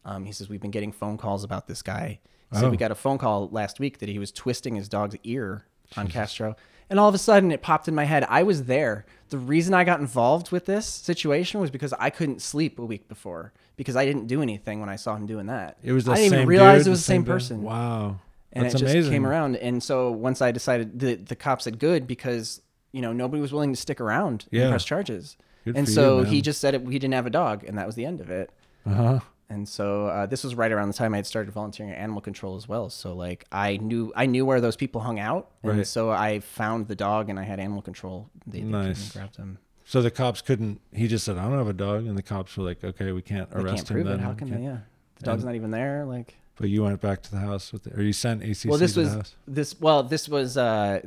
Speaker 3: um, he says we've been getting phone calls about this guy he
Speaker 1: Oh.
Speaker 3: said we got a phone call last week that he was twisting his dog's ear on castro and all of a sudden it popped in my head i was there the reason i got involved with this situation was because i couldn't sleep a week before because i didn't do anything when i saw him doing that
Speaker 1: It was the
Speaker 3: I didn't
Speaker 1: same
Speaker 3: even realize
Speaker 1: dude,
Speaker 3: it was the same,
Speaker 1: dude?
Speaker 3: person.
Speaker 1: Wow.
Speaker 3: And
Speaker 1: That's
Speaker 3: it just
Speaker 1: amazing.
Speaker 3: came around. And so once I decided the the cop said good because, you know, nobody was willing to stick around
Speaker 1: Yeah.
Speaker 3: and press charges.
Speaker 1: Good
Speaker 3: and
Speaker 1: for you,
Speaker 3: so
Speaker 1: man.
Speaker 3: he just said it, he didn't have a dog and that was the end of it.
Speaker 1: Uh huh.
Speaker 3: and so uh, this was right around the time I had started volunteering at animal control as well. So like I knew I knew where those people hung out, and
Speaker 1: Right.
Speaker 3: so I found the dog and I had animal control. They, they
Speaker 1: Nice.
Speaker 3: came and grabbed him.
Speaker 1: So the cops couldn't. He just said, "I don't have a dog," and the cops were like, "Okay, we can't
Speaker 3: They
Speaker 1: arrest
Speaker 3: can't prove
Speaker 1: him." Then
Speaker 3: it. How
Speaker 1: We
Speaker 3: can
Speaker 1: can't-
Speaker 3: they? Yeah, the dog's
Speaker 1: And-
Speaker 3: not even there. Like
Speaker 1: But you went back to the house with, the, or you sent ACC
Speaker 3: well, this
Speaker 1: to
Speaker 3: was
Speaker 1: the house.
Speaker 3: this well this was uh,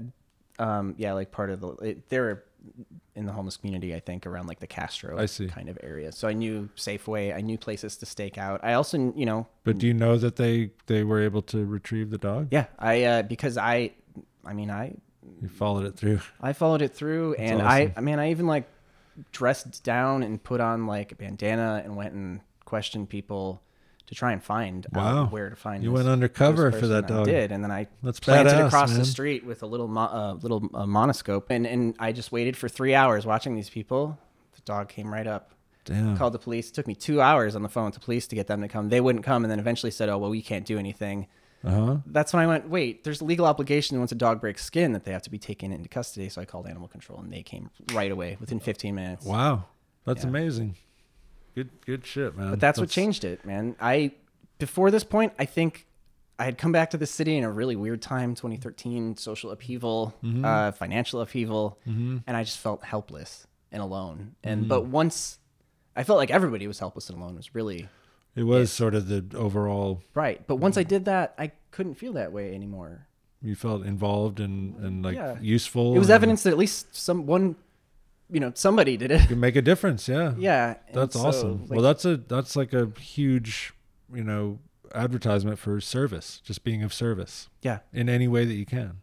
Speaker 3: um yeah like part of the it, they were in the homeless community I think around like the Castro
Speaker 1: I see.
Speaker 3: kind of area. So I knew Safeway, I knew places to stake out. I also you know
Speaker 1: But do you know that they they were able to retrieve the dog?
Speaker 3: Hmm. yeah I uh, because I I mean I
Speaker 1: You followed it through.
Speaker 3: I followed it through, and I, I mean, I even like dressed down and put on like a bandana and went and questioned people to try and find
Speaker 1: Wow.
Speaker 3: out where to find.
Speaker 1: You
Speaker 3: this-
Speaker 1: went undercover
Speaker 3: this
Speaker 1: for that
Speaker 3: person. I
Speaker 1: dog.
Speaker 3: did, and then I
Speaker 1: That's
Speaker 3: planted
Speaker 1: badass,
Speaker 3: across
Speaker 1: man.
Speaker 3: the street with a little mo- uh, little uh, monoscope, and and I just waited for three hours watching these people. The dog came right up.
Speaker 1: Damn.
Speaker 3: Called the police. It took me two hours on the phone with the police to get them to come. They wouldn't come, and then eventually said, "Oh well, we can't do anything."
Speaker 1: Uh huh.
Speaker 3: that's when I went, wait, there's a legal obligation once a dog breaks skin that they have to be taken into custody. So I called animal control and they came right away within 15 minutes.
Speaker 1: Wow, that's
Speaker 3: Yeah.
Speaker 1: amazing. Good good shit, man.
Speaker 3: But that's what changed it, man. I, before this point, I think I had come back to the city in a really weird time 2013, social upheaval,
Speaker 1: Mm-hmm.
Speaker 3: uh, financial upheaval, and I just felt helpless and alone. And,
Speaker 1: Mm-hmm.
Speaker 3: but once I felt like everybody was helpless and alone, it was really
Speaker 1: It was sort of the overall.
Speaker 3: right. But once I
Speaker 1: Mm-hmm.
Speaker 3: did that, I couldn't feel that way anymore.
Speaker 1: You felt involved and and like
Speaker 3: Yeah.
Speaker 1: useful.
Speaker 3: It was
Speaker 1: and
Speaker 3: evidence that at least some one, you know, somebody did
Speaker 1: <laughs>
Speaker 3: it.
Speaker 1: You make a difference. Yeah.
Speaker 3: Yeah. and
Speaker 1: That's
Speaker 3: so,
Speaker 1: awesome.
Speaker 3: like,
Speaker 1: well, that's a that's like a huge, you know, advertisement for service. Just being of service
Speaker 3: yeah.
Speaker 1: in any way that you can.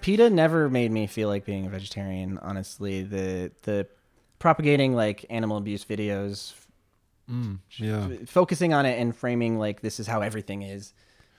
Speaker 3: PETA never made me feel like being a vegetarian, honestly. The the propagating like animal abuse videos,
Speaker 1: Mm, Yeah.
Speaker 3: f- focusing on it and framing like this is how everything is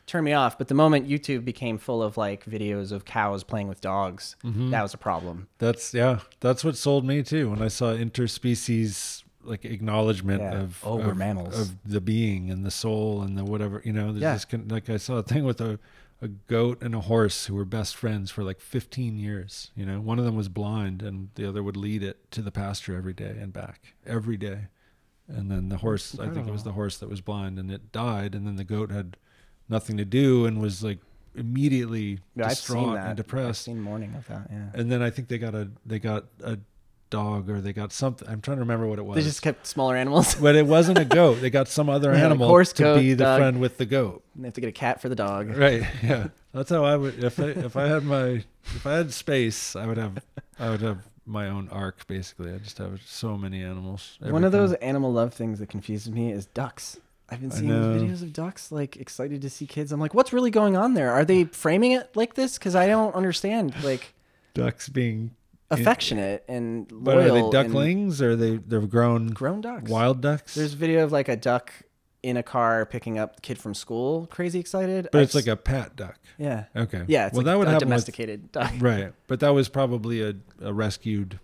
Speaker 3: turned me off. But the moment YouTube became full of like videos of cows playing with dogs,
Speaker 1: Mm-hmm.
Speaker 3: that was a problem.
Speaker 1: That's yeah. That's what sold me too when I saw interspecies like acknowledgement
Speaker 3: Yeah.
Speaker 1: of
Speaker 3: Oh, we're
Speaker 1: of-
Speaker 3: mammals.
Speaker 1: of the being and the soul and the whatever you know. There's
Speaker 3: Yeah.
Speaker 1: this con- like I saw a thing with a a goat and a horse who were best friends for like 15 years. You know, one of them was blind and the other would lead it to the pasture every day and back every day. And then the horse, I think it was the horse that was blind and it died. And then the goat had nothing to do and was like immediately
Speaker 3: Yeah, I've seen
Speaker 1: distraught
Speaker 3: that.
Speaker 1: and depressed
Speaker 3: I've seen mourning of that. Yeah.
Speaker 1: and then I think they got a they got a dog or they got something. I'm trying to remember what it was.
Speaker 3: They just kept smaller animals. <laughs>
Speaker 1: but it wasn't a goat. They got some other
Speaker 3: had a
Speaker 1: animal
Speaker 3: horse,
Speaker 1: to
Speaker 3: goat,
Speaker 1: be the
Speaker 3: dog.
Speaker 1: friend with the goat.
Speaker 3: and they have to get a cat for the dog.
Speaker 1: Right. <laughs> Yeah. That's how I would if I if I had my if I had space, I would have I would have my own ark basically. I just have so many animals.
Speaker 3: One of
Speaker 1: everything.
Speaker 3: those animal love things that confuses me is ducks. I've been
Speaker 4: I
Speaker 3: seeing
Speaker 4: know.
Speaker 3: videos of ducks like excited to see kids. I'm like, what's really going on there? Are they framing it like this? Because I don't understand.
Speaker 1: <sighs>
Speaker 3: Like
Speaker 1: Ducks being
Speaker 3: affectionate and
Speaker 1: But
Speaker 3: loyal.
Speaker 1: are they
Speaker 3: and
Speaker 1: ducklings or are they they're grown
Speaker 3: Grown ducks.
Speaker 1: wild ducks?
Speaker 3: There's video of like a duck in a car picking up the kid from school, crazy excited.
Speaker 1: but it's
Speaker 3: I've
Speaker 1: like
Speaker 3: s-
Speaker 1: a pat duck.
Speaker 3: yeah,
Speaker 1: Okay.
Speaker 3: yeah. It's
Speaker 1: well,
Speaker 3: like
Speaker 1: that would
Speaker 3: a
Speaker 1: happen with- <laughs>
Speaker 3: domesticated duck.
Speaker 1: right. But that was probably a, a rescued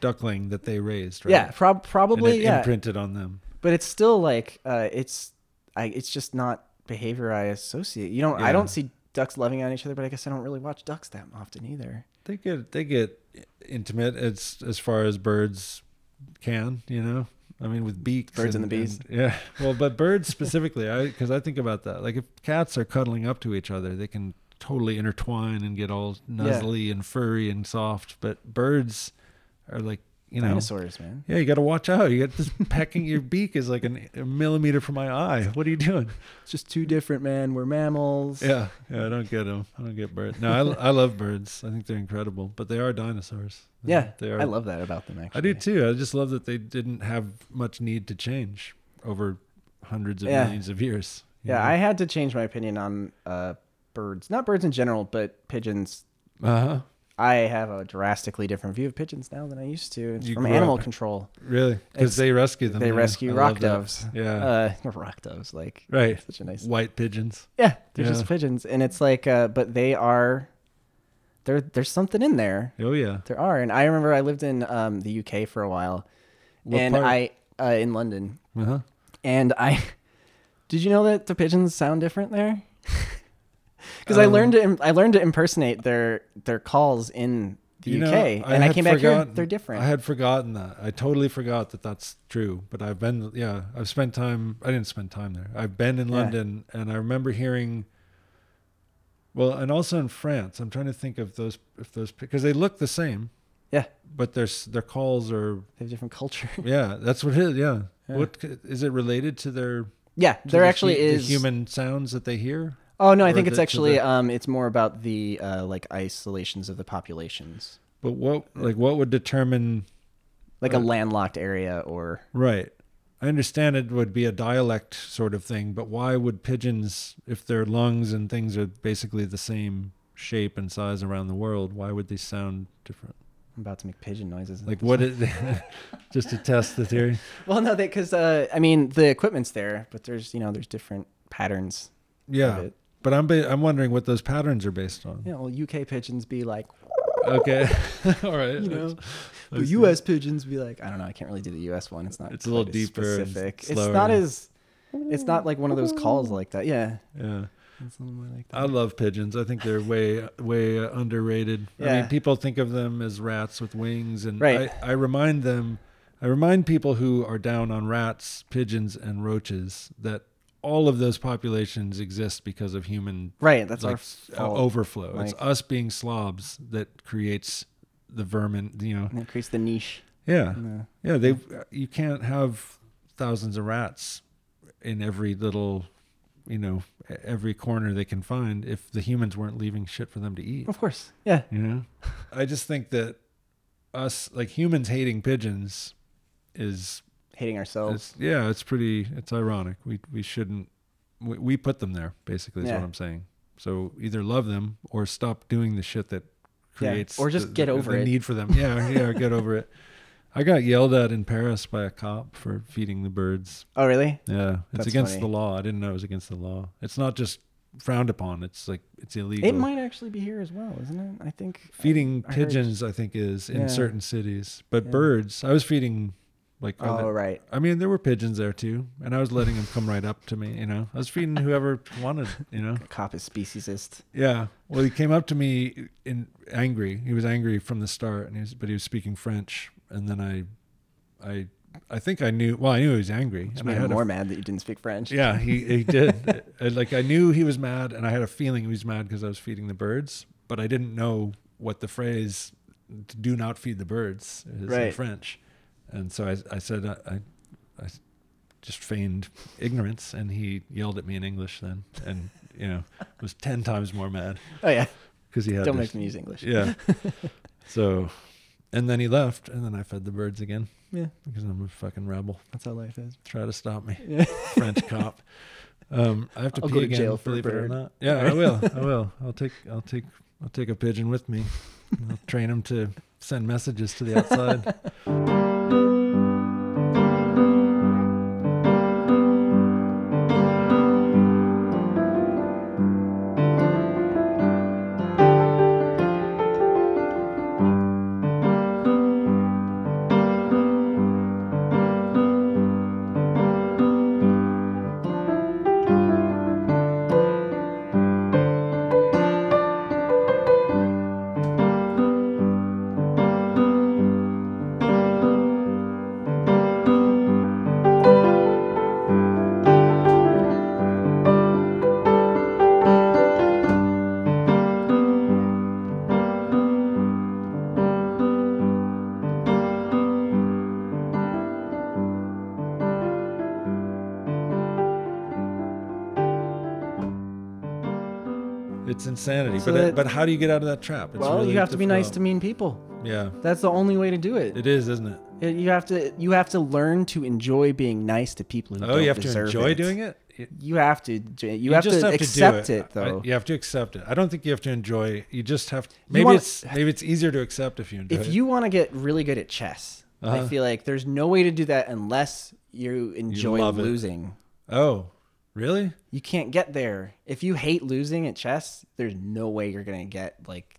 Speaker 1: duckling that they raised, right?
Speaker 3: Yeah, prob-
Speaker 1: And
Speaker 3: probably
Speaker 1: it
Speaker 3: yeah.
Speaker 1: imprinted on them.
Speaker 3: but it's still like uh, it's I, it's just not behavior I associate. You don't I
Speaker 1: Yeah.
Speaker 3: don't see ducks loving on each other, but I guess I don't really watch ducks that often either.
Speaker 1: They get they get intimate as as far as birds can, you know. I mean, with beaks.
Speaker 3: Birds and the bees.
Speaker 1: yeah. Well, but birds specifically, I because I think about that. Like if cats are cuddling up to each other, they can totally intertwine and get all nuzzly and furry and soft. But birds are like you know.
Speaker 3: Dinosaurs, man.
Speaker 1: Yeah, you got to watch out. You got this pecking. Your beak is like an, a millimeter from my eye. What are you doing?
Speaker 3: It's just two different, man. We're mammals.
Speaker 1: Yeah, yeah. I don't get them. I don't get birds. No, I, I love birds. I think they're incredible, but they are dinosaurs.
Speaker 3: Yeah,
Speaker 1: they are.
Speaker 3: I love that about them. Actually,
Speaker 1: I do too. I just love that they didn't have much need to change over hundreds of
Speaker 3: Yeah.
Speaker 1: millions of years. you
Speaker 3: Yeah,
Speaker 1: know?
Speaker 3: I had to change my opinion on uh, birds. Not birds in general, but pigeons.
Speaker 1: Uh-huh.
Speaker 3: I have a drastically different view of pigeons now than I used to It's
Speaker 1: You
Speaker 3: from
Speaker 1: grew up-
Speaker 3: animal control.
Speaker 1: Really?
Speaker 3: It's-
Speaker 1: Because they rescue them.
Speaker 3: They
Speaker 1: yeah.
Speaker 3: rescue
Speaker 1: I
Speaker 3: rock
Speaker 1: love that.
Speaker 3: doves.
Speaker 1: Yeah.
Speaker 3: Uh, <laughs> rock doves, like
Speaker 1: right.
Speaker 3: such a nice.
Speaker 1: White pigeons.
Speaker 3: Yeah, they're just
Speaker 1: Yeah.
Speaker 3: pigeons, and it's like, uh, but they are. There, there's something in there.
Speaker 1: Oh yeah.
Speaker 3: There are, and I remember I lived in um, the UK for a while,
Speaker 1: What
Speaker 3: and
Speaker 1: part?
Speaker 3: I uh, in London,
Speaker 1: Uh huh.
Speaker 3: and I. <laughs> Did you know that the pigeons sound different there? <laughs> Because
Speaker 1: Um,
Speaker 3: I learned to im- I learned to impersonate their their calls in the UK, and I,
Speaker 1: had
Speaker 3: came back here.
Speaker 1: forgotten-
Speaker 3: They're different.
Speaker 1: I had forgotten that. I totally forgot that that's true. But I've been, yeah, I've spent time. I didn't spend time there. I've been in
Speaker 3: Yeah.
Speaker 1: London, and I remember hearing. Well, and also in France, I'm trying to think of those if those because they look the same.
Speaker 3: Yeah.
Speaker 1: But their s- their calls are
Speaker 3: they have different culture. <laughs>
Speaker 1: yeah. That's what it is. Yeah.
Speaker 3: Yeah.
Speaker 1: What c- is it related to their? to
Speaker 3: yeah, there
Speaker 1: the hu-
Speaker 3: actually
Speaker 1: the
Speaker 3: is
Speaker 1: human sounds that they hear.
Speaker 3: Oh no, I
Speaker 1: or
Speaker 3: think it's
Speaker 1: the- to
Speaker 3: actually
Speaker 1: the-
Speaker 3: um, it's more about the uh, like isolations of the populations,
Speaker 1: But what
Speaker 3: Uh,
Speaker 1: like what would determine
Speaker 3: like
Speaker 1: Uh,
Speaker 3: a landlocked area or
Speaker 1: Right. I understand it would be a dialect sort of thing, but why would pigeons, if their lungs and things are basically the same shape and size around the world, why would they sound different?
Speaker 3: I'm about to make pigeon noises.
Speaker 1: Like what is <laughs> just to test the theory?
Speaker 3: <laughs> Well, no, because uh, I mean the equipment's there, but there's you know there's different patterns. Of
Speaker 1: Yeah.
Speaker 3: it.
Speaker 1: But I'm ba- I'm wondering what those patterns are based on.
Speaker 3: You know, UK pigeons be like,
Speaker 1: Okay. <laughs> All right.
Speaker 3: you know,
Speaker 1: I
Speaker 3: the
Speaker 1: see.
Speaker 3: US pigeons be like, I don't know, I can't really do the US one. It's not.
Speaker 1: It's a little
Speaker 3: quite as
Speaker 1: deeper and
Speaker 3: Specific. It's
Speaker 1: slower.
Speaker 3: not as. It's not like one of those calls like that. Yeah.
Speaker 1: Yeah.
Speaker 3: It's a little more like
Speaker 1: I
Speaker 3: that.
Speaker 1: love pigeons. I think they're way, way underrated. I
Speaker 3: Yeah.
Speaker 1: mean, people think of them as rats with wings, and
Speaker 3: Right.
Speaker 1: I, I remind them, I remind people who are down on rats, pigeons, and roaches that all of those populations exist because of human
Speaker 3: Right. That's
Speaker 1: like,
Speaker 3: our
Speaker 1: s- uh,
Speaker 3: fault.
Speaker 1: overflow. it's
Speaker 3: Like-
Speaker 1: us being slobs that creates the vermin. You know,
Speaker 3: Increase the niche. uh,
Speaker 1: yeah,
Speaker 3: No.
Speaker 1: yeah. They, you can't have thousands of rats in every little. You know, e- every corner they can find if the humans weren't leaving shit for them to eat
Speaker 3: Of course. Yeah.
Speaker 1: you know i just think that us like humans hating pigeons is,
Speaker 3: Hating ourselves.
Speaker 1: is yeah it's pretty it's ironic we we shouldn't we, we put them there basically is
Speaker 3: Yeah.
Speaker 1: what i'm saying so either love them or stop doing the shit that
Speaker 3: Yeah,
Speaker 1: creates
Speaker 3: or just
Speaker 1: the,
Speaker 3: get
Speaker 1: the-
Speaker 3: over
Speaker 1: the
Speaker 3: it.
Speaker 1: need for them
Speaker 3: <laughs>
Speaker 1: yeah yeah or get over it i got yelled at in paris by a cop for feeding the birds
Speaker 3: Oh really?
Speaker 1: yeah it's
Speaker 3: That's
Speaker 1: against
Speaker 3: funny.
Speaker 1: the law i didn't know it was against the law it's not just frowned upon it's like it's illegal
Speaker 3: It might actually be here as well, isn't it? I think
Speaker 1: feeding
Speaker 3: I heard-
Speaker 1: pigeons i think is in
Speaker 3: Yeah.
Speaker 1: certain cities but
Speaker 3: Yeah.
Speaker 1: birds i was feeding like
Speaker 3: Oh
Speaker 1: other-
Speaker 3: right.
Speaker 1: i mean there were pigeons there too and i was letting them come right up to me you know i was feeding whoever wanted you know
Speaker 3: Cop is speciesist.
Speaker 1: yeah well he came up to me in angry he was angry from the start and he was but he was speaking french and then i i i think i knew well i knew he was angry
Speaker 3: Which
Speaker 1: and i
Speaker 3: made
Speaker 1: had
Speaker 3: him
Speaker 1: a
Speaker 3: more mad that you didn't speak French.
Speaker 1: yeah, he, he did. <laughs> Uh, like I knew he was mad, and I had a feeling he was mad because I was feeding the birds, but I didn't know what the phrase "do not feed the birds" is in
Speaker 3: Right.
Speaker 1: French, and so I, I said uh, I, I, I just feigned ignorance, and he yelled at me in English then, and you know was ten times more mad
Speaker 3: Oh yeah.
Speaker 1: because he had
Speaker 3: Don't
Speaker 1: this-
Speaker 3: make me use English.
Speaker 1: yeah.
Speaker 3: <laughs>
Speaker 1: so, and then he left, and then I fed the birds again
Speaker 3: Yeah.
Speaker 1: because I'm a fucking rebel. <laughs>
Speaker 3: That's how life is.
Speaker 1: Try to stop me,
Speaker 3: Yeah.
Speaker 1: French cop. Um, I have to
Speaker 3: I'll
Speaker 1: pee
Speaker 3: go to
Speaker 1: again.
Speaker 3: jail for a
Speaker 1: believe it or
Speaker 3: bird.
Speaker 1: not. Yeah, I <laughs> will. I will. I'll take. I'll take. I'll take a pigeon with me. And I'll train him to send messages to the <laughs> outside. It's insanity.
Speaker 3: So
Speaker 1: but
Speaker 3: that-
Speaker 1: but how do you get out of that trap? It's
Speaker 3: well,
Speaker 1: really
Speaker 3: you have to be nice to
Speaker 1: difficult.
Speaker 3: mean people.
Speaker 1: Yeah,
Speaker 3: That's the only way to do it.
Speaker 1: it is, isn't it?
Speaker 3: It- You have to you have to learn to enjoy being nice to people who
Speaker 1: Oh,
Speaker 3: don't
Speaker 1: you have to
Speaker 3: deserve
Speaker 1: enjoy
Speaker 3: it.
Speaker 1: doing it. You,
Speaker 3: You have to j- you, have to
Speaker 1: do
Speaker 3: accept it.
Speaker 1: I-
Speaker 3: though.
Speaker 1: you have to accept it. I don't think you have to enjoy. You just have. Maybe
Speaker 3: wanna-
Speaker 1: it's maybe it's easier to accept if you enjoy.
Speaker 3: if
Speaker 1: it.
Speaker 3: you want to get really good at chess, I
Speaker 1: Uh-huh.
Speaker 3: feel like there's no way to do that unless you enjoy
Speaker 1: love it.
Speaker 3: losing.
Speaker 1: oh, really?
Speaker 3: You can't get there. If you hate losing at chess, there's no way you're going to get like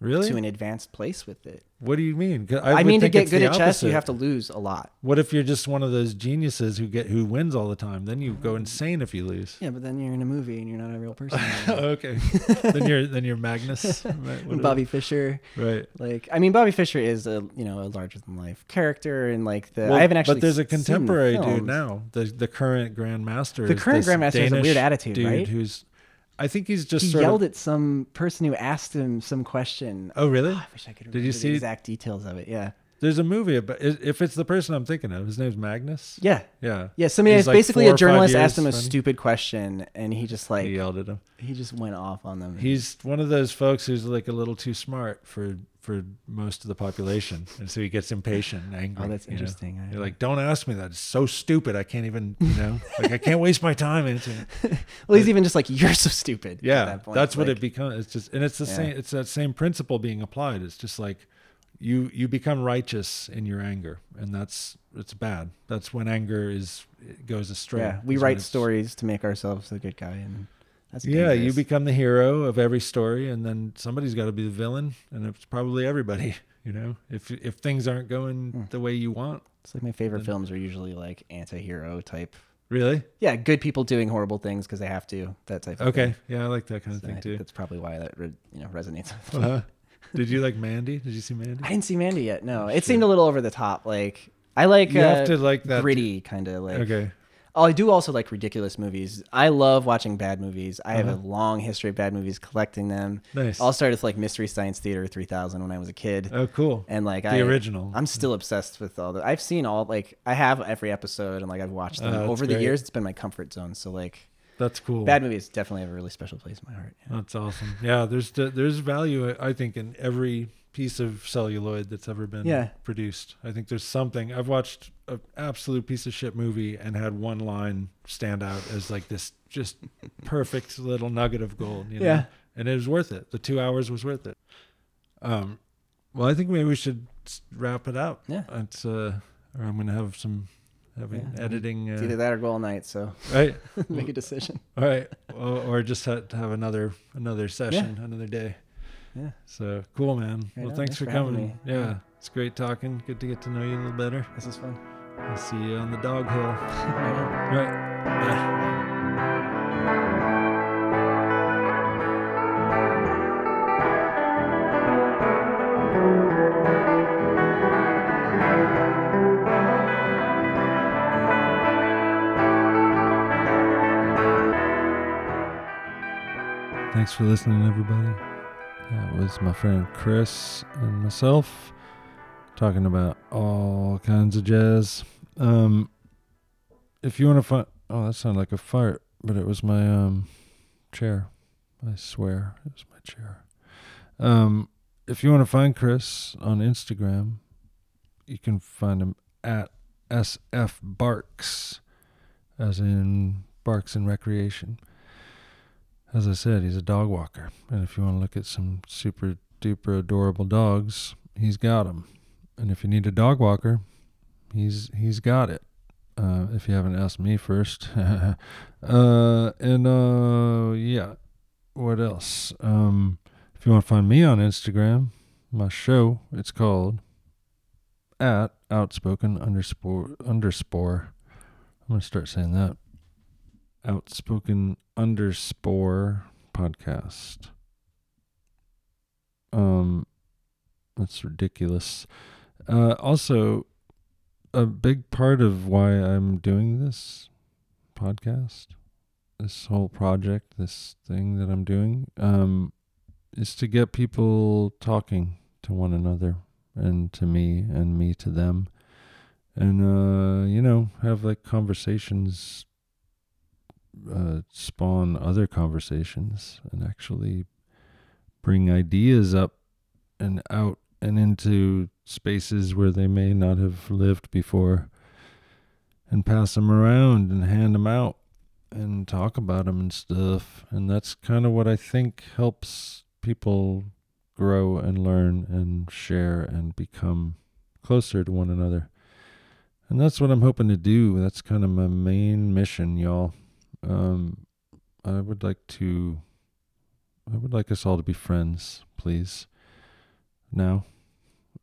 Speaker 1: Really?
Speaker 3: to an advanced place with it.
Speaker 1: What do you mean? 'Cause
Speaker 3: I,
Speaker 1: would
Speaker 3: mean to
Speaker 1: think
Speaker 3: get
Speaker 1: it's
Speaker 3: good
Speaker 1: the
Speaker 3: at chess, you
Speaker 1: opposite.
Speaker 3: have to lose a lot.
Speaker 1: What if you're just one of those geniuses who get who wins all the time? Then you go insane if you lose.
Speaker 3: Yeah, but then you're in a movie and you're not a real person.
Speaker 1: <laughs>
Speaker 3: <laughs>
Speaker 1: okay. then you're then you're Magnus. Right. what-
Speaker 3: Bobby Fischer,
Speaker 1: Right.
Speaker 3: like I mean, Bobby Fischer is a you know a larger than life character and like the
Speaker 1: Well,
Speaker 3: I haven't actually.
Speaker 1: but there's a
Speaker 3: seen the
Speaker 1: contemporary dude
Speaker 3: films.
Speaker 1: now. The the current grandmaster.
Speaker 3: The
Speaker 1: is
Speaker 3: current
Speaker 1: this
Speaker 3: grandmaster has a
Speaker 1: Danish
Speaker 3: weird attitude,
Speaker 1: dude
Speaker 3: right?
Speaker 1: Who's, I think he's just
Speaker 3: He
Speaker 1: sort
Speaker 3: yelled
Speaker 1: of.
Speaker 3: at some person who asked him some question.
Speaker 1: oh really?
Speaker 3: I wish I could
Speaker 1: you
Speaker 3: remember
Speaker 1: see-
Speaker 3: the exact details of it. Yeah,
Speaker 1: There's a movie, but if it's the person I'm thinking of, his name's Magnus.
Speaker 3: yeah,
Speaker 1: Yeah.
Speaker 3: yeah. Somebody
Speaker 1: He's, like,
Speaker 3: basically
Speaker 1: four
Speaker 3: a
Speaker 1: or five
Speaker 3: journalist asked
Speaker 1: years
Speaker 3: him a
Speaker 1: funny.
Speaker 3: stupid question, and he just like
Speaker 1: He yelled at him.
Speaker 3: he just went off on them.
Speaker 1: He's one of those folks who's like a little too smart for for most of the population, and so he gets impatient and angry.
Speaker 3: Oh, that's
Speaker 1: you know?
Speaker 3: interesting. I-
Speaker 1: You're like, don't ask me that. It's so stupid. I can't even, you
Speaker 3: <laughs>
Speaker 1: know, like I can't waste my time answering. it."
Speaker 3: well, he's even just like you're so stupid. at
Speaker 1: Yeah,
Speaker 3: that point.
Speaker 1: that's what
Speaker 3: Like,
Speaker 1: it becomes. It's just, and it's the
Speaker 3: Yeah.
Speaker 1: same. It's that same principle being applied. It's just like you you become righteous in your anger, and that's it's bad. That's when anger is it goes astray.
Speaker 3: Yeah, we
Speaker 1: is when
Speaker 3: write
Speaker 1: it's-
Speaker 3: stories to make ourselves a good guy, and that's
Speaker 1: Yeah, you
Speaker 3: dangerous.
Speaker 1: become the hero of every story, and then somebody's got to be the villain, and it's probably everybody. <laughs> You know, if if things aren't going
Speaker 3: Hmm.
Speaker 1: the way you want,
Speaker 3: It's like my favorite films are usually like anti-hero type.
Speaker 1: really.
Speaker 3: Yeah, good people doing horrible things because they have to. That type. of
Speaker 1: Okay,
Speaker 3: thing.
Speaker 1: yeah, I like that kind of
Speaker 3: So I
Speaker 1: thing too.
Speaker 3: think That's probably why that re- you know
Speaker 1: <laughs>
Speaker 3: resonates. with me.
Speaker 1: Uh-huh. Did you like Mandy? Did you see Mandy?
Speaker 3: I didn't see Mandy yet. No, it seemed a little over the top. Like I like
Speaker 1: You have
Speaker 3: uh,
Speaker 1: to like that-
Speaker 3: gritty kind of like.
Speaker 1: Okay,
Speaker 3: Oh, I do also like ridiculous movies. I love watching bad movies. I have
Speaker 1: Uh-huh.
Speaker 3: a long history of bad movies, collecting them.
Speaker 1: Nice.
Speaker 3: I'll start with like Mystery Science Theater 3000 when I was a kid.
Speaker 1: oh cool.
Speaker 3: and like
Speaker 1: the
Speaker 3: I,
Speaker 1: original.
Speaker 3: I'm still obsessed with all the. I've seen all like I have every episode, and like I've watched them
Speaker 1: Oh, that's
Speaker 3: over the
Speaker 1: great.
Speaker 3: years. It's been my comfort zone. So like
Speaker 1: That's cool. Oh,
Speaker 3: bad movies definitely have a really special place in my heart. Yeah.
Speaker 1: That's awesome. Yeah, there's there's value I think in every piece of celluloid that's ever been
Speaker 3: Yeah.
Speaker 1: produced. I think there's something. I've watched an absolute piece of shit movie and had one line stand out as like this just perfect little nugget of gold. You know?
Speaker 3: Yeah.
Speaker 1: and it was worth it. The two hours was worth it. Um, well, I think maybe we should s- wrap it up.
Speaker 3: Yeah.
Speaker 1: it's uh, or I'm gonna have some having
Speaker 3: Yeah.
Speaker 1: editing.
Speaker 3: It's either
Speaker 1: Uh,
Speaker 3: that or go all night. So <laughs>
Speaker 1: right.
Speaker 3: make a decision.
Speaker 1: All right, or, or just have, to have another another session, another day.
Speaker 3: Yeah.
Speaker 1: So cool, man.
Speaker 3: Right
Speaker 1: well,
Speaker 3: on.
Speaker 1: thanks,
Speaker 3: Thanks
Speaker 1: for,
Speaker 3: for having
Speaker 1: coming.
Speaker 3: me.
Speaker 1: Yeah,
Speaker 3: Yeah.
Speaker 1: it's great talking. Good to get to know you a little better.
Speaker 3: This is fun.
Speaker 1: I'll see you on the dog hill.
Speaker 3: Right on.
Speaker 1: All <laughs> right. Bye. Thanks for listening, everybody. That was my friend Chris and myself talking about all kinds of jazz. Um, if you want to find, oh, that sounded like a fart, but it was my um chair. I swear, it was my chair. Um, if you want to find Chris on Instagram, you can find him at sfbarks, as in Barks and Recreation. As I said, he's a dog walker. And if you want to look at some super duper adorable dogs, he's got 'em. And if you need a dog walker, he's he's got it. Uh, if you haven't asked me first. <laughs> uh, and uh, yeah, what else? Um, if you want to find me on Instagram, my show, it's called at outspoken underscore underscore. I'm gonna start saying that. Outspoken underscore podcast. Um, that's ridiculous. Uh, also, a big part of why I'm doing this podcast, this whole project, this thing that I'm doing, um, is to get people talking to one another and to me and me to them and uh you know have like conversations uh spawn other conversations and actually bring ideas up and out and into spaces where they may not have lived before and pass them around and hand them out and talk about them and stuff and that's kind of what i think helps people grow and learn and share and become closer to one another. And that's what I'm hoping to do. That's kind of my main mission, y'all. Um, I would like to, I would like us all to be friends, please. Now,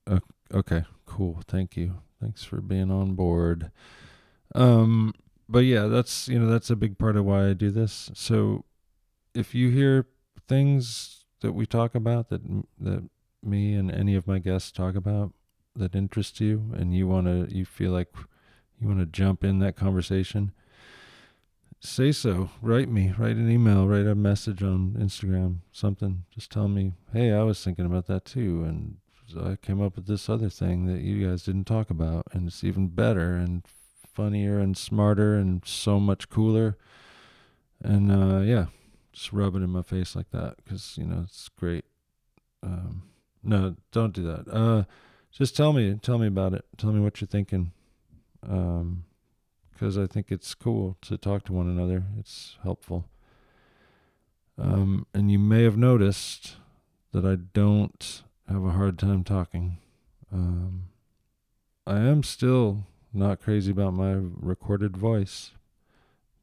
Speaker 1: uh, okay, cool. Thank you. Thanks for being on board. Um, but yeah, that's you know that's a big part of why I do this. So, if you hear things that we talk about that that me and any of my guests talk about that interest you and you want to you feel like you want to jump in that conversation say so write me write an email write a message on instagram something just tell me hey i was thinking about that too and i came up with this other thing that you guys didn't talk about and it's even better and funnier and smarter and so much cooler and uh yeah just rub it in my face like that because you know it's great. Um, no, don't do that. Uh, just tell me, tell me about it. Tell me what you're thinking, because um, I think it's cool to talk to one another. It's helpful. Um, and you may have noticed that I don't have a hard time talking. Um, I am still not crazy about my recorded voice,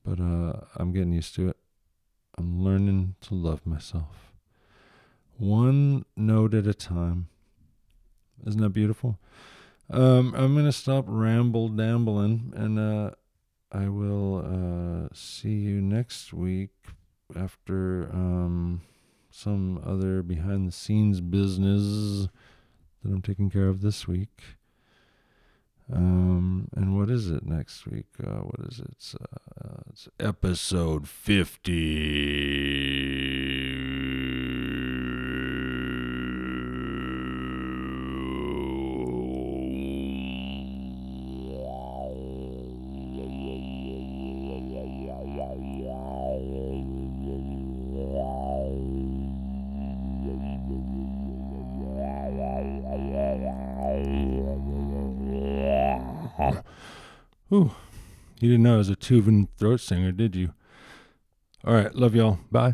Speaker 1: but uh, I'm getting used to it. I'm learning to love myself. One note at a time. Isn't that beautiful? Um, I'm going to stop ramble dambling and uh, I will uh, see you next week after um, some other behind the scenes business that I'm taking care of this week. Um, and what is it next week? Uh, what is it? It's, uh, it's episode 50. Ooh, you didn't know I was a Tuvan throat singer, did you? All right, love y'all. Bye.